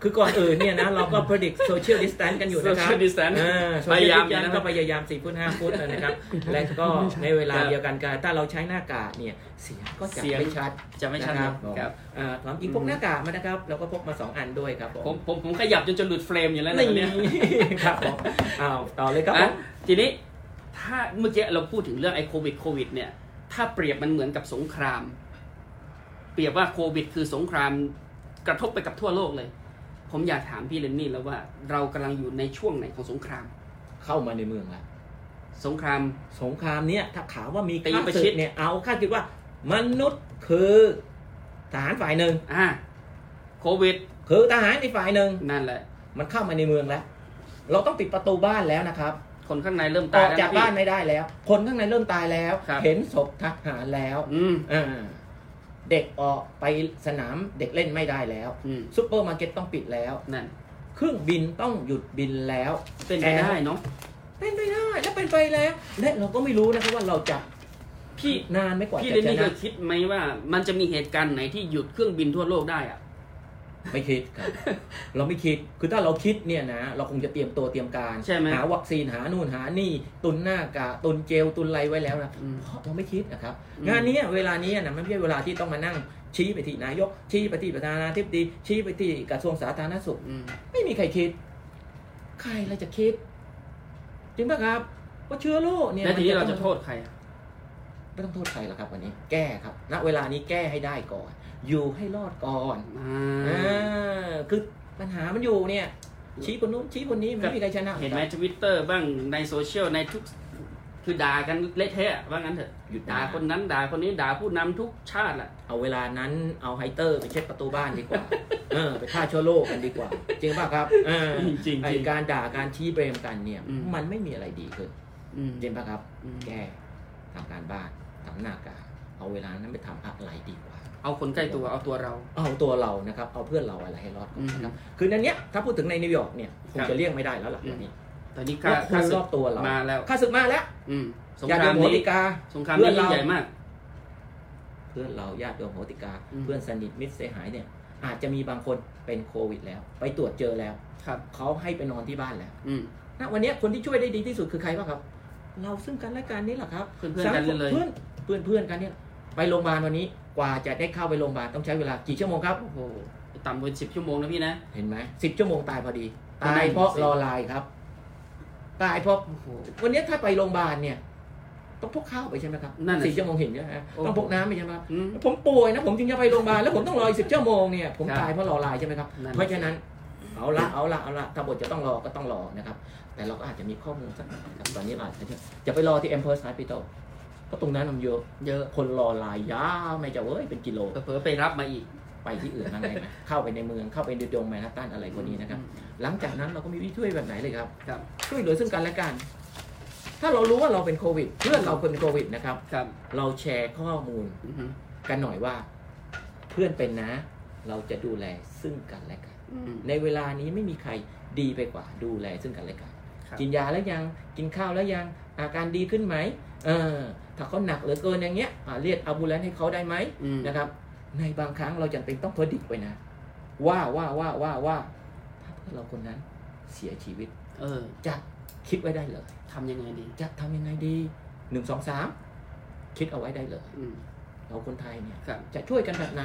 Speaker 3: คือก่อนอื่นเนี่ยนะ เราก็ predict social distance กันอยู่
Speaker 2: โซ
Speaker 3: นะครั
Speaker 2: เชี
Speaker 3: บ
Speaker 2: ยลดิสแตน
Speaker 3: เออ social
Speaker 2: พยายาม
Speaker 3: distance ก็พยายาม4ฟุต5ฟุตนะครับ และก็ในเวลาเดียวกันการถ้าเราใช้หน้ากากเนี่ยเสียงก็จะ
Speaker 2: เสียง
Speaker 3: ไม่ชัด
Speaker 2: จะไม่ชัดนะค
Speaker 3: นะ
Speaker 2: รับ ครับ
Speaker 3: เอ่อความจริงพกหน้ากากมานะครับ แล้วก็พกมาสองอันด้วยครับ
Speaker 2: ผมผมผมขยับจนจะหลุดเฟรมอยู่แล้วนะ
Speaker 3: นี่
Speaker 2: ตอนเนี้ย
Speaker 3: ครับผมอ้าวต่อเลยครับผ
Speaker 2: อ่ะ
Speaker 3: ม
Speaker 2: ทีนี้ถ้าเมื่อกี้เราพูดถึงเรื่องไอ้โควิดโควิดเนี่ย ถ้าเปรียบมันเหมือนกับสงคราม เปรียบว่าโควิด คือสงครามกระทบไปกับทั่วโลกเลย ผมอยากถามพี่เลนนี่แล้วว่าเรากำลังอยู่ในช่วงไหนของสงคราม
Speaker 3: เข้ามาในเมืองแล้ว
Speaker 2: สงคราม
Speaker 3: สงครามเนี้ยถ้าข่าวว่ามี
Speaker 2: ตี
Speaker 3: ข้า
Speaker 2: ประชิ
Speaker 3: ศึ
Speaker 2: ด
Speaker 3: กเนี่ยเอาข้าคิดว่ามนุษย์คือทหารฝ่ายหนึ่ง
Speaker 2: อ่าโควิด
Speaker 3: คือทหารอีกฝ่ายหนึ่ง
Speaker 2: นั่นแหละ
Speaker 3: มันเข้ามาในเมืองแล้ว เราต้องปิดประตูบ้านแล้วนะครับ
Speaker 2: คนข้างในเริ่ม
Speaker 3: อ
Speaker 2: ตาย
Speaker 3: อก
Speaker 2: แล้ว
Speaker 3: จาก
Speaker 2: นะพี่
Speaker 3: บ้านไม่ได้แล้ว คนข้างในเริ่มตายแล้ว
Speaker 2: ครับ
Speaker 3: เห็นศพทหารแล้ว
Speaker 2: อืม
Speaker 3: อ่าเด็กออกไปสนามเด็กเล่นไม่ได้แล้ว
Speaker 2: อืม
Speaker 3: ซูเปอร์มาร์เก็ตต้องปิดแล้ว
Speaker 2: นั่น
Speaker 3: เครื่องบินต้องหยุดบินแล้ว
Speaker 2: เป็นไปได้เนาะ
Speaker 3: เป็นไปได้และเป็นไปแล้ว และเราก็ไม่รู้นะครับว่าเราจะ
Speaker 2: พี่
Speaker 3: นานไหม่กว่า
Speaker 2: พี่
Speaker 3: จะ
Speaker 2: เรน
Speaker 3: ช
Speaker 2: นี่เค
Speaker 3: นะ
Speaker 2: ยคิดไหมว่ามันจะมีเหตุการณ์ไหนที่หยุดเครื่องบินทั่วโลกได้อะ
Speaker 3: ไม่คิดครับ เราไม่คิดคือถ้าเราคิดเนี่ยนะ เราคงจะเตรียมตัวเตรียมการ
Speaker 2: ใช่ไหม
Speaker 3: หาวัคซีนหานู่นหานี่ ตุนหน้ากากตุนเจลตุนอะไรไว้แล้วนะ
Speaker 2: อืม
Speaker 3: เพราะเราไม่คิดนะครับ
Speaker 2: อืม
Speaker 3: งานเนี้ยเวลานี้นะมันไม่ใช่เวลาที่ต้องมานั่งชี้ไปที่นายก ชี้ไปที่ประธานาธิบดี ชี้ไปที่กระทรวงสาธารณสุข
Speaker 2: อืม
Speaker 3: ไม่มีใครคิด ใครเราจะคิด จริงปะครับ ว่าเชื้อโรคเนี่ย
Speaker 2: แล้วทีนี้เราจะ
Speaker 3: มัน
Speaker 2: โทษใครอะ
Speaker 3: ไม่ต้องโทษใครหรอกครับวันนี้ แก้ครับ ณ เวลานี้แก้ให้ได้ก่อน อยู่ให้รอดก่อน
Speaker 2: อ่
Speaker 3: อ่
Speaker 2: า
Speaker 3: าคือปัญหามันอยู่เนี่ย ชี้คนนู้นชี้คนนี้มันไม่มีใครชนะ
Speaker 2: เห็นไหมทวิตเตอร์บ้างในโซเชียลในทุกคือด่ากันเละเทะว่างั้นเถอะ
Speaker 3: หยุด
Speaker 2: ด่า
Speaker 3: ด่า
Speaker 2: คนนั้นด่าคนนี้ด่าผู้นำทุกชาติแหละ
Speaker 3: เอาเวลานั้นเอาไฮเตอร์ไปเช็ดประตูบ้านดีก ว่า เออไปฆ่าเชื้อโรคกันดีกว่า จริงป่ะครับเออ
Speaker 2: จริงจริง
Speaker 3: ไอการด่าการชี้เบรมกันเนี่ย
Speaker 2: อืม
Speaker 3: มันไม่มีอะไรดีขึ้น
Speaker 2: อืม
Speaker 3: จริงป่ะครับ
Speaker 2: อืม
Speaker 3: แก้ทำการบ้าน ทำหน้ากากเอาเวลานั้นไปทำอะไรดีกว่า
Speaker 2: เอาคนใกล้ตัวเอาตัวเรา
Speaker 3: เอาตัวเรานะครับ เอาเพื่อนเราอะไรให้รอดก่อนนะครับ
Speaker 2: อื
Speaker 3: คือในเนี้ยถ้าพูดถึงในนิวยอร์กเนี่ยค
Speaker 2: ค
Speaker 3: ง
Speaker 2: รับ
Speaker 3: จะเลี่ยงไม่ได้แล้วล่ะวันนี้
Speaker 2: ตอนนี้
Speaker 3: ว่า
Speaker 2: ค่า
Speaker 3: ค
Speaker 2: ค่าน ศึ
Speaker 3: ร
Speaker 2: ก
Speaker 3: อบตัวเรา
Speaker 2: มาแล้ว
Speaker 3: ข้าศึกมาแล้ว
Speaker 2: อืมสง
Speaker 3: ญา
Speaker 2: ค
Speaker 3: ติ
Speaker 2: ราม
Speaker 3: โยมโห
Speaker 2: นี้
Speaker 3: ติกา
Speaker 2: สงคราม
Speaker 3: เพื่
Speaker 2: นี้
Speaker 3: อน
Speaker 2: ยิ่ง
Speaker 3: เรา
Speaker 2: ใหญ่มาก
Speaker 3: เพื่อนเราญาติโยมโหติกา
Speaker 2: อืม
Speaker 3: เพื่อนสนิทมิตรสหายเนี่ยอาจจะมีบางคนเป็นโควิดแล้ว ไปตรวจเจอแล้ว
Speaker 2: ครับ
Speaker 3: เขาให้ไปนอนที่บ้านแล้ว
Speaker 2: อืม
Speaker 3: ณวันเนี้ยคนที่ช่วยได้ดีที่สุดคือใครบ้างครับ เราซึ่งกันและกันนี่แหละครับ
Speaker 2: เพื่อนๆกันเลย
Speaker 3: เพื่อนเพื่อนเพื่อนๆกันเนี่ยไปโรงพยาบาลวันนี้กว่าจะได้เข้าไปโรงพยาบาลต้องใช้เวลากี่ชั่วโมงครับ
Speaker 2: โอ้โหต่ำกว่าสิบชั่วโมงนะพี่นะ
Speaker 3: เห็นไหมสิบชั่วโมงตายพอดี
Speaker 2: นั่
Speaker 3: ตานย
Speaker 2: น่ะ
Speaker 3: เพราะ
Speaker 2: สิ
Speaker 3: รอไลน์ครับ ตายเพราะ
Speaker 2: โอ้โห
Speaker 3: วันนี้ถ้าไปโรงพยาบาลเนี่ย ต้องพกข้าวไปใช่ไหมครับ
Speaker 2: นั่นน่ะสิ
Speaker 3: สี่ชั่วโมงเห็นใช่ไหมฮะ
Speaker 2: โอ้
Speaker 3: ต้องพกน้ำไปใช่ไหมครับ
Speaker 2: อืม
Speaker 3: ผมป่วยนะผมจึงจะไปโรงพยาบาลแล้วผมต้องรออีกสิบชั่วโมงเนี่ยผม
Speaker 2: ครับ
Speaker 3: ตายเพราะรอไลน์ใช่ไหมครับ
Speaker 2: นั่นน่ะ
Speaker 3: เพราะฉะนั้นเอาละเอาละเอาละถ้าบทจะต้องรอก็ต้องรอนะครับ แต่เราก็อาจจะมีข้อมูลสักหน่อยครับตอนนี้เราอาจจะจะไปรอที่ e m p e r s Hospital เพราะตรงนั้นมันเยอะ
Speaker 2: เยอะ
Speaker 3: คนรอไลน์ยาวไม่จะเว้ยเป็นกิโล
Speaker 2: เผลอๆไปรับมาอีก
Speaker 3: ไปที่อื่นนั่นไง ไหมเข้าไปในเมืองเข้าไปในดงแมนฮัตตันอะไรคนนี้นะครับ หลังจากนั้นเราก็มีวิธีช่วยแบบไหนเลยครับ
Speaker 2: ครับ
Speaker 3: ช่วยเหลือซึ่งกันและกัน ถ้าเรารู้ว่าเราเป็นโควิด เพื่อนเราเป็นโควิดนะครับ
Speaker 2: ครับ
Speaker 3: เราแชร์ข้อมูล
Speaker 2: อือฮึ
Speaker 3: กันหน่อยว่า เพื่อนเป็นนะ เราจะดูแลซึ่งกันและกัน
Speaker 2: อืม
Speaker 3: ในเวลานี้ไม่มีใครดีไปกว่าดูแลซึ่งกันและกัน
Speaker 2: ครับ
Speaker 3: กินยาแล้วยังกินข้าวแล้วยัง อาการดีขึ้นไหมเออถ้าเขาหนักเหลือเกินอย่างเงี้ยอ่าเรียกอาบูเลนให้เขาได้ไหม
Speaker 2: อืม
Speaker 3: นะครับในบางครั้งเราจำเป็นต้องพอดิกไว้นะ ว่าว่าว่าว่าว่าถ้าเพื่อนเราคนนั้นเสียชีวิต
Speaker 2: เออ
Speaker 3: จะคิดไว้ได้เลย
Speaker 2: ทำยังไงดี
Speaker 3: จะทำยังไงดีหนึ่งสองสามคิดเอาไว้ได้เลย
Speaker 2: อืม
Speaker 3: เราคนไทยเนี่ย
Speaker 2: ครับ
Speaker 3: จะช่วยกันแบบไหน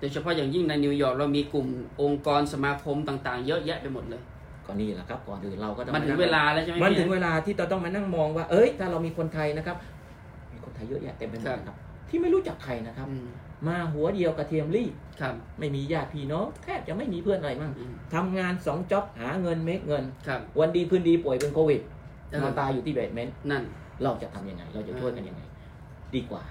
Speaker 2: โดยเฉพาะอย่างยิ่งในนิวยอร์กเรามีกลุ่มองค์กรสมาคมต่างๆ เยอะแยะไปหมดเลย
Speaker 3: ก็นี่แหละครับก่อนอื่นเราก็ต้อง
Speaker 2: มันถึง
Speaker 3: ง
Speaker 2: เวลาแล้วใช่ไหม
Speaker 3: มัน
Speaker 2: พี่
Speaker 3: ถึงเวลาที่เราต้องมานั่งมองว่า เอ้ย ถ้าเรามีคนไทยนะครับ มีคนไทยเยอะแยะเต็มไปหมด
Speaker 2: ครับ
Speaker 3: นะครับ ที่ไม่รู้จักใครนะครับ
Speaker 2: อืม
Speaker 3: มาหัวเดียวกระเทียมรีบ
Speaker 2: ครับ
Speaker 3: ไม่มีญาติพี่น้องแทบจะไม่มีเพื่อนอะไรมั่ง
Speaker 2: อืม
Speaker 3: ทำงานสองจ็อบหาเงินเมคเงิน
Speaker 2: ครับ
Speaker 3: วันดีคืนดีป่วยเป็นโควิด
Speaker 2: เออ
Speaker 3: มาตายอยู่ที่เบสเมนต์
Speaker 2: นั่น
Speaker 3: เราจะทำยังไง เราจะช่วยกันยังไง ดีกว่า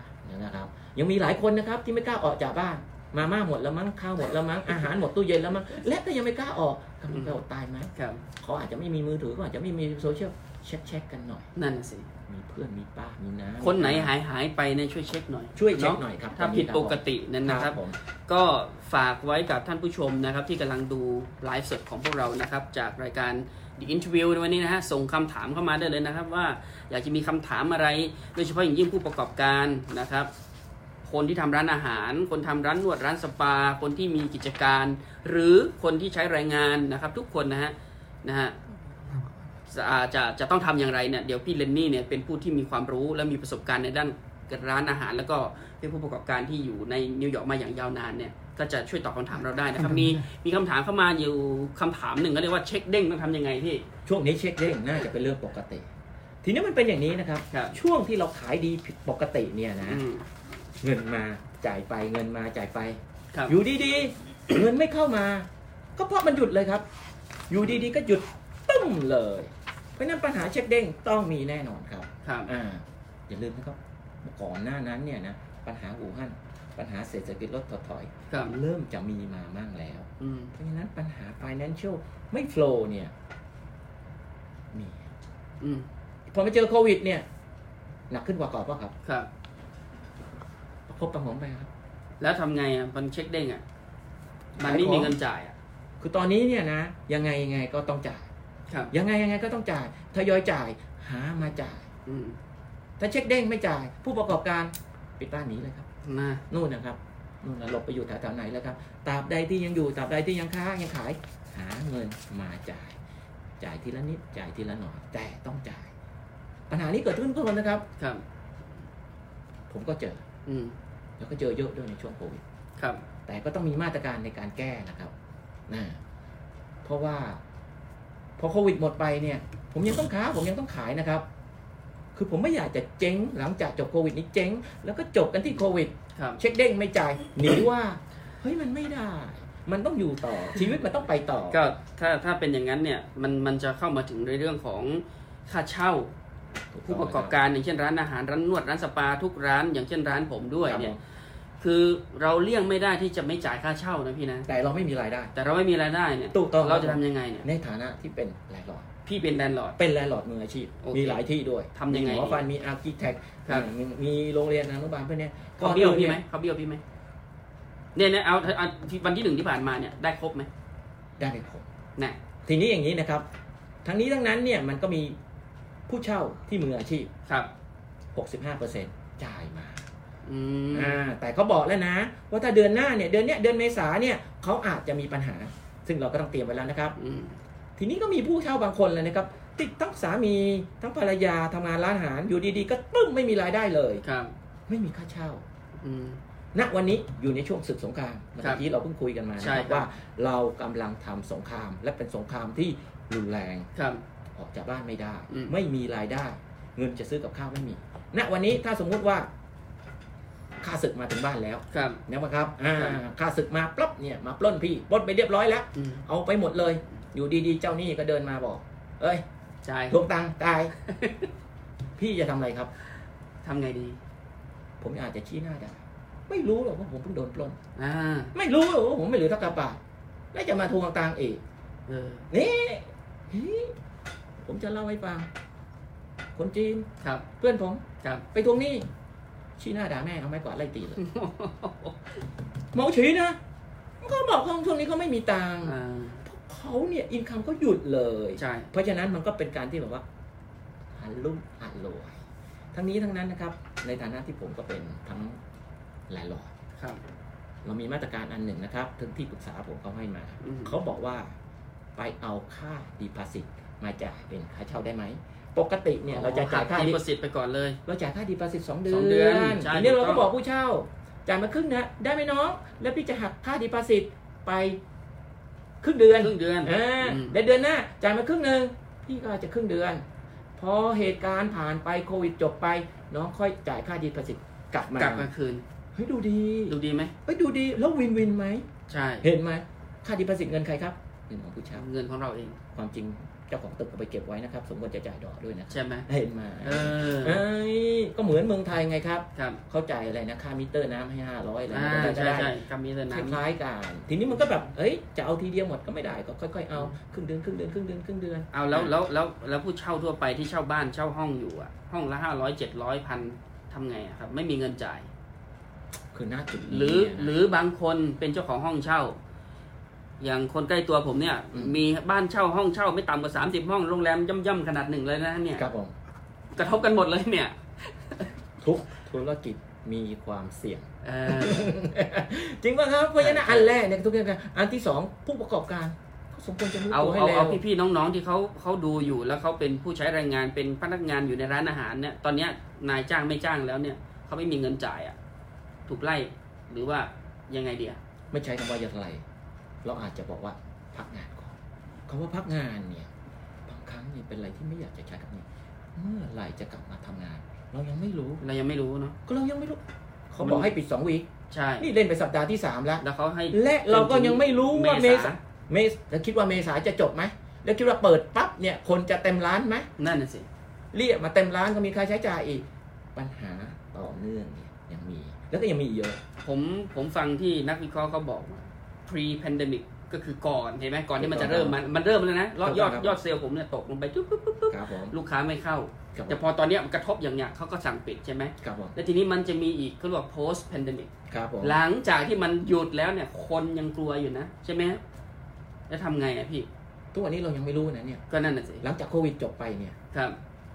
Speaker 3: นะครับ ยังมีหลายคนนะครับที่ไม่กล้าออกจากบ้าน มาม่าหมดแล้วมั้งข้าวหมดแล้วมั้งอาหารหมดตู้เย็นแล้วมั้งและก็ยังไม่กล้าออกกำลังจะอดตายไหม
Speaker 2: ครับ
Speaker 3: เขาอาจจะไม่มีมือถือเขาอาจจะไม่มีโซเชียลเช็คเช็คกันหน่อย
Speaker 2: นั่นน่ะสิ
Speaker 3: มีเพื่อนมีป้ามีน้า
Speaker 2: คนไหนหายหายไปเนี่ยช่วยเช็คหน่อย
Speaker 3: ช่วยเช็ค
Speaker 2: เนาะ
Speaker 3: หน่อยครับ
Speaker 2: ถ้าผิดปกตินั้นนะครับ
Speaker 3: ผม
Speaker 2: ก็ฝากไว้กับท่านผู้ชมนะครับที่กำลังดูไลฟ์สดของพวกเรานะครับ จากรายการ The Interview ในวันนี้นะฮะส่งคำถามเข้ามาได้เลยนะครับ ว่าอยากจะมีคำถามอะไร โดยเฉพาะอย่างยิ่งผู้ประกอบการนะครับ คนที่ทำร้านอาหาร คนทำร้านนวดร้านสปา คนที่มีกิจการ หรือคนที่ใช้แรงงานนะครับ ทุกคนนะฮะนะฮะจะจะจะต้องทำอย่างไรเนี่ยเดี๋ยวพี่เลนนี่เนี่ยเป็นผู้ที่มีความรู้และมีประสบการณ์ในด้านร้านอาหาร แล้วก็เป็นผู้ประกอบการที่อยู่ในนิวยอร์กมาอย่างยาวนานเนี่ยก็จะช่วยตอบคำถามเราได้นะครับ มีมีคำถามเข้ามาอยู่คำถามหนึ่งก็เรียกว่าเช็คเด้งต้องทำยังไงพี่
Speaker 3: ช่วงนี้เช็คเด้งน่าจะเป็นเรื่องปกติ ทีนี้มันเป็นอย่างนี้นะครับ
Speaker 2: ครับ
Speaker 3: ช่วงที่เราขายดีผิดปกติเนี่ยนะ
Speaker 2: อืม
Speaker 3: เงินมาจ่ายไปเงินมาจ่ายไป
Speaker 2: ครับ
Speaker 3: อยู่ดีๆ เงินไม่เข้ามา ก็เพราะมันหยุดเลยครับ อยู่ดีๆก็หยุดตึ้มเลย เพราะฉะนั้นปัญหาเช็คเด้งต้องมีแน่นอนครับ
Speaker 2: ครับ
Speaker 3: อ่าอย่าลืมนะครับก่อนหน้านั้นเนี่ยนะปัญหาอู่ฮั่นปัญหาเศรษฐกิจลดถดถอย
Speaker 2: ครับ
Speaker 3: เริ่มจะมีมามั่งแล้ว
Speaker 2: อืม
Speaker 3: เพราะฉะนั้นปัญหา financial ไม่ flow เนี่ยมี
Speaker 2: อืม
Speaker 3: พอมาเจอโควิดเนี่ยหนักขึ้นกว่าก่อนป่ะครับ
Speaker 2: ครับ
Speaker 3: ประคบประหงมไปครับ
Speaker 2: แล้วทำไงอ่ะมันเช็คเด้งอ่ะ มันไม่มีเงินจ่ายอ่ะ
Speaker 3: คือตอนนี้เนี่ยนะยังไงยังไงก็ต้องจ่าย
Speaker 2: ครับ
Speaker 3: ยังไงยังไงก็ต้องจ่ายทยอยจ่ายหามาจ่าย
Speaker 2: อืม
Speaker 3: ถ้าเช็คเด้งไม่จ่าย ผู้ประกอบการปิดบ้านหนีเลยครับ
Speaker 2: นะ
Speaker 3: นู่นนะครับนู่นนะหลบไปอยู่แถวๆไหนแล้วครับตราบใดที่ยังอยู่ตราบใดที่ยังค้ายังขาย หาเงินมาจ่าย จ่ายทีละนิดจ่ายทีละหน่อยแต่ต้องจ่าย ปัญหานี้เกิดขึ้นทุกคนนะครับ
Speaker 2: ครับ
Speaker 3: ผมก็เจอ
Speaker 2: อืม
Speaker 3: แล้วก็เจอเยอะด้วยในช่วงโควิด
Speaker 2: ครับ
Speaker 3: แต่ก็ต้องมีมาตรการในการแก้นะครับนะเพราะว่าพอโควิดหมดไปเนี่ย ผมยังต้องค้า ผมยังต้องขายนะครับ คือผมไม่อยากจะเจ๊ง หลังจากจบโควิดนี้เจ๊ง แล้วก็จบกันที่โควิด
Speaker 2: ครับ
Speaker 3: เช็คเด้งไม่จ่ายหนีว่า เฮ้ยมันไม่ได้ มันต้องอยู่ต่อ ชีวิตมันต้องไปต่อ
Speaker 2: ก็ถ้าถ้าเป็นอย่างนั้นเนี่ย มันมันจะเข้ามาถึงในเรื่องของค่าเช่า ผู้ประกอบการอย่างเช่นร้านอาหารร้านนวดร้านสปาทุกร้านอย่างเช่นร้านผมด้วย
Speaker 3: ครับ
Speaker 2: เนี่ย คือเราเลี่ยงไม่ได้ที่จะไม่จ่ายค่าเช่านะพี่นะ
Speaker 3: แต่เราไม่มีรายได้
Speaker 2: แต่เราไม่มีรายได้เนี่ย
Speaker 3: ถูกต้อง
Speaker 2: เราจะทำยังไงเนี่ย
Speaker 3: ในฐานะที่เป็นแรงรอน
Speaker 2: พี่เป็นแลนด์ลอร์ด
Speaker 3: เป็นแลนด์ลอร์ดมืออาชีพ
Speaker 2: โอเค
Speaker 3: มีหลายที่ด้วย
Speaker 2: ทำยังไง
Speaker 3: มีหมอฟันมีอาร์กิเทค
Speaker 2: ครับ
Speaker 3: มีโรงเรียนอนุบาลพวกเนี้ย
Speaker 2: เขาเบี้ยว
Speaker 3: อื่น
Speaker 2: พี่ไหม
Speaker 3: นี่
Speaker 2: เขาเบี้ยวพี่ไหมเนี่ยเนี่ยเอาเอาวันที่หนึ่งที่ผ่านมาเนี่ยได้ครบไหม
Speaker 3: ได้ไหมผม
Speaker 2: นะ
Speaker 3: ทีนี้อย่างนี้นะครับ ทั้งนี้ทั้งนั้นเนี่ยมันก็มีผู้เช่าที่มืออาชีพ
Speaker 2: ครับ
Speaker 3: 65%จ่ายมา
Speaker 2: อืม
Speaker 3: อ่าแต่เขาบอกแล้วนะ ว่าถ้าเดือนหน้าเนี่ยเดือนเนี้ยเดือนเมษาเนี่ยเขาอาจจะมีปัญหา ซึ่งเราก็ต้องเตรียมไว้แล้วนะครับ
Speaker 2: อืม
Speaker 3: ทีนี้ก็มีผู้เช่าบางคนเลยนะครับ ติดทั้งสามีทั้งภรรยาทำงานร้านอาหารอยู่ดีๆ ก็ตึ้มไม่มีรายได้เลย
Speaker 2: ครับ
Speaker 3: ไม่มีค่าเช่า
Speaker 2: อืม
Speaker 3: ณวันนี้อยู่ในช่วงศึกสงคราม
Speaker 2: ครั
Speaker 3: เมื่
Speaker 2: บ
Speaker 3: อกี้เราเพิ่งคุยกันมานะ
Speaker 2: ใช่ค
Speaker 3: ค
Speaker 2: รั
Speaker 3: รับบ ว่าเรากำลังทำสงคราม และเป็นสงครามที่รุนแรง
Speaker 2: ครับ
Speaker 3: ออกจากบ้านไม่ได้
Speaker 2: อืม
Speaker 3: ไม่มีรายได้ เงินจะซื้อกับข้าวไม่มี ณวันนี้ถ้าสมมุติว่าข้าศึกมาถึงบ้านแล้ว
Speaker 2: ครับ
Speaker 3: เนี่ยปะครับ อ่า
Speaker 2: ครับ
Speaker 3: ข้าศึกมาปั๊บเนี่ยมาปล้นพี่ปล้นไปเรียบร้อยแล้ว
Speaker 2: อืม
Speaker 3: เอาไปหมดเลย อยู่ดีๆ เจ้าหนี้ก็เดินมาบอก เอ้ย
Speaker 2: ใช่
Speaker 3: ทวงตังค์ตาย พี่จะทำอะไรครับ
Speaker 2: ทำไงดี
Speaker 3: ผมอาจจะชี้หน้าด่าไม่รู้หรอกว่าผมเพิ่งโดนปล้น
Speaker 2: อ่า
Speaker 3: ไม่รู้หรอกว่าผมไม่เหลือเท่ากระบาทแล้วจะมาทวงตังค์อีก
Speaker 2: เออ
Speaker 3: นี่หิผมจะเล่าให้ฟัง คนจีน
Speaker 2: ครับ
Speaker 3: เพื่อนผม
Speaker 2: ครับ
Speaker 3: ไปทวงหนี้ ชี้หน้าด่าแม่เอาไม้กวาดไล่ตีเลยหมองฉีนะเขาบอกว่าช่วงนี้เขาไม่มีตังค์
Speaker 2: อ่า
Speaker 3: เขาเนี่ยอินคัมก็หยุดเลย
Speaker 2: ใช่
Speaker 3: เพราะฉะนั้นมันก็เป็นการที่แบบว่าหันลุ่มหันลอยทั้งนี้ทั้งนั้นนะครับ ในฐานะที่ผมก็เป็นทั้งแลนด์ลอร์ด
Speaker 2: ครับ
Speaker 3: เรามีมาตรการอันหนึ่งนะครับถึงที่ปรึกษาผมเขาให้มา
Speaker 2: อืม
Speaker 3: เขาบอกว่าไปเอาค่าดีพาสิตมาจ่ายเป็นค่าเช่าได้ไหม ปกติเนี่ยเราจะจ่ายค่า
Speaker 2: ดีประสิทธิ์ไปก่อนเลย
Speaker 3: เราจ่ายค่าดีพาสิตสองเดื
Speaker 2: ส
Speaker 3: อ
Speaker 2: อน งเดือนใช่
Speaker 3: ทีนี้เรา
Speaker 2: ถูก
Speaker 3: ก็
Speaker 2: ต้อง
Speaker 3: บอกผู้เช่า จ่ายมาครึ่งนะ ได้ไหมน้อง แล้วพี่จะหักค่าดีพาสิตไปครึ่งเดือน
Speaker 2: ครึ่งเดือน
Speaker 3: อ่า
Speaker 2: อืม
Speaker 3: เดือนเดือนหน้าจ่ายมาครึ่งหนึ่งพี่ก็อาจจะครึ่งเดือน พอเหตุการณ์ผ่านไปโควิดจบไป น้องค่อยจ่ายค่าดีพาสิตกลับมาก
Speaker 2: ลับมาคืน
Speaker 3: เฮ้ยดูดี
Speaker 2: ดูดีไหม
Speaker 3: เฮ้ยดูดีแล้ววินวินไหม
Speaker 2: ใช่
Speaker 3: เห็นไหมค่าดีพาสิตเงินใครครับเงินของผู้เช่า
Speaker 2: เงินของเราเอง
Speaker 3: ความจริงเจ้าของตึกก็ไปเก็บไว้นะครับ สมควรจะจ่ายดอกด้วยนะ
Speaker 2: ใช่ไหม
Speaker 3: เห็นไหม
Speaker 2: เออ
Speaker 3: เอ้ยก็เหมือนเมืองไทยไงครับ
Speaker 2: ครับ
Speaker 3: เข้าใจอะไรนะค่ามิเตอร์น้ำให้ห้าร้อยอะไร
Speaker 2: อ่า
Speaker 3: ก็ได้
Speaker 2: ใช่ใช่กำมีแต่
Speaker 3: ค
Speaker 2: น้ำ
Speaker 3: ล้ายๆกันทีนี้มันก็แบบเอ้ยจะเอาทีเดียวหมดก็ไม่ได้ก็ค่อยๆเอาครึ่งเดือนครึ่งเดือนครึ่งเดือนครึ่งเดือน
Speaker 2: เอาแล้วแล้วแล้วแล้วผู้เช่าทั่วไปที่เช่าบ้านเช่าห้องอยู่อะห้องละห้าร้อยเจ็ดร้อยพันทำไงอะครับ ไม่มีเงินจ่าย
Speaker 3: คือหน้าจุดนี้
Speaker 2: หรือ
Speaker 3: นะ
Speaker 2: หรือบางคนเป็นเจ้าของห้องเช่า อย่างคนใกล้ตัวผมเนี่ย
Speaker 3: อืม
Speaker 2: มีบ้านเช่าห้องเช่าไม่ต่ำกว่าสามสิบห้องโรงแรมย่ำๆขนาดหนึ่งเลยนะเนี่ย
Speaker 3: ครับผม
Speaker 2: กระทบกันหมดเลยเนี่ย
Speaker 3: ทุกธุรกิจมีความเสี่ยง
Speaker 2: เออ
Speaker 3: จริงป่ะครับเพราะฉะนั้น
Speaker 2: ใช่
Speaker 3: อันแรกเนี่ยทุกเรื่องการอันที่สองผู้ประกอบการเขาสมควรจะรู้
Speaker 2: เอา
Speaker 3: ตัวให้
Speaker 2: เอา
Speaker 3: แล้
Speaker 2: เอา
Speaker 3: ว
Speaker 2: พี่ๆน้องๆที่เขาเขาดูอยู่แล้วเขาเป็นผู้ใช้แรงงานเป็นพนักงานอยู่ในร้านอาหารเนี่ย ตอนเนี้ยนายจ้างไม่จ้างแล้วเนี่ยเขาไม่มีเงินจ่ายอะถูกไล่หรือว่ายังไงเดีย
Speaker 3: ไม่ใช้คำว่าอย่างไร เราอาจจะบอกว่าพักงานก่อนคำว่าพักงานเนี่ยบางครั้งเนี่ยเป็นอะไรที่ไม่อยากจะใช้คำนี้เมื่อไหร่จะกลับมาทำงาน เรายังไม่รู้
Speaker 2: เรายังไม่รู้เนาะ
Speaker 3: ก็เรายังไม่รู้ เขาบอกให้ปิดสองวีค
Speaker 2: ใช่
Speaker 3: นี่เล่นไปสัปดาห์ที่สามแล้ว
Speaker 2: แล้วเขาให้
Speaker 3: และเราก็ยังไม่รู้ว่าเมษา
Speaker 2: ษา
Speaker 3: เมษแล้วคิดว่าเมษาจะจบไหมแล้วคิดว่าเปิดปั๊บเนี่ยคนจะเต็มร้านไหม
Speaker 2: นั่นน่ะสิ
Speaker 3: เรียกมาเต็มร้านก็มีค่าใช้จ่ายอีก ปัญหาต่อเนื่องเนี่ยยังมี แล้วก็ยังมีอีกเยอะ
Speaker 2: ผมผมฟังที่นักวิเคราะห์เขาบอกมา pre pandemic ก็คือก่อนเห็นไหมก่อนที่มันจะเริ่มมันมันเริ่มแล้วนะยอด
Speaker 3: ถู
Speaker 2: ยอด
Speaker 3: กต้องครับ
Speaker 2: ยอดเซลล์ผมเนี่ยตกลงไปปุ๊บปุ๊บปุ๊บปุ๊บ
Speaker 3: ครับผม
Speaker 2: ลูกค้าไม่เข้า
Speaker 3: ครับผ
Speaker 2: แต่
Speaker 3: ม
Speaker 2: พอตอนเนี้ยมันกระทบอย่างเนี้ยเขาก็สั่งปิดใช่ไหม
Speaker 3: ครับผม
Speaker 2: แล้วทีนี้มันจะมีอีกเขาเรียกว่า post pandemic
Speaker 3: ครับผม
Speaker 2: หลังจากที่มันหยุดแล้วเนี่ยคนยังกลัวอยู่นะใช่ไหมแล้วทำไงอ่ะพี่
Speaker 3: ทุกวันนี้เรายังไม่รู้นะเนี่ย
Speaker 2: ก็นั่นน่ะสิ
Speaker 3: หลังจากโควิดจบไปเนี่ย
Speaker 2: ครับ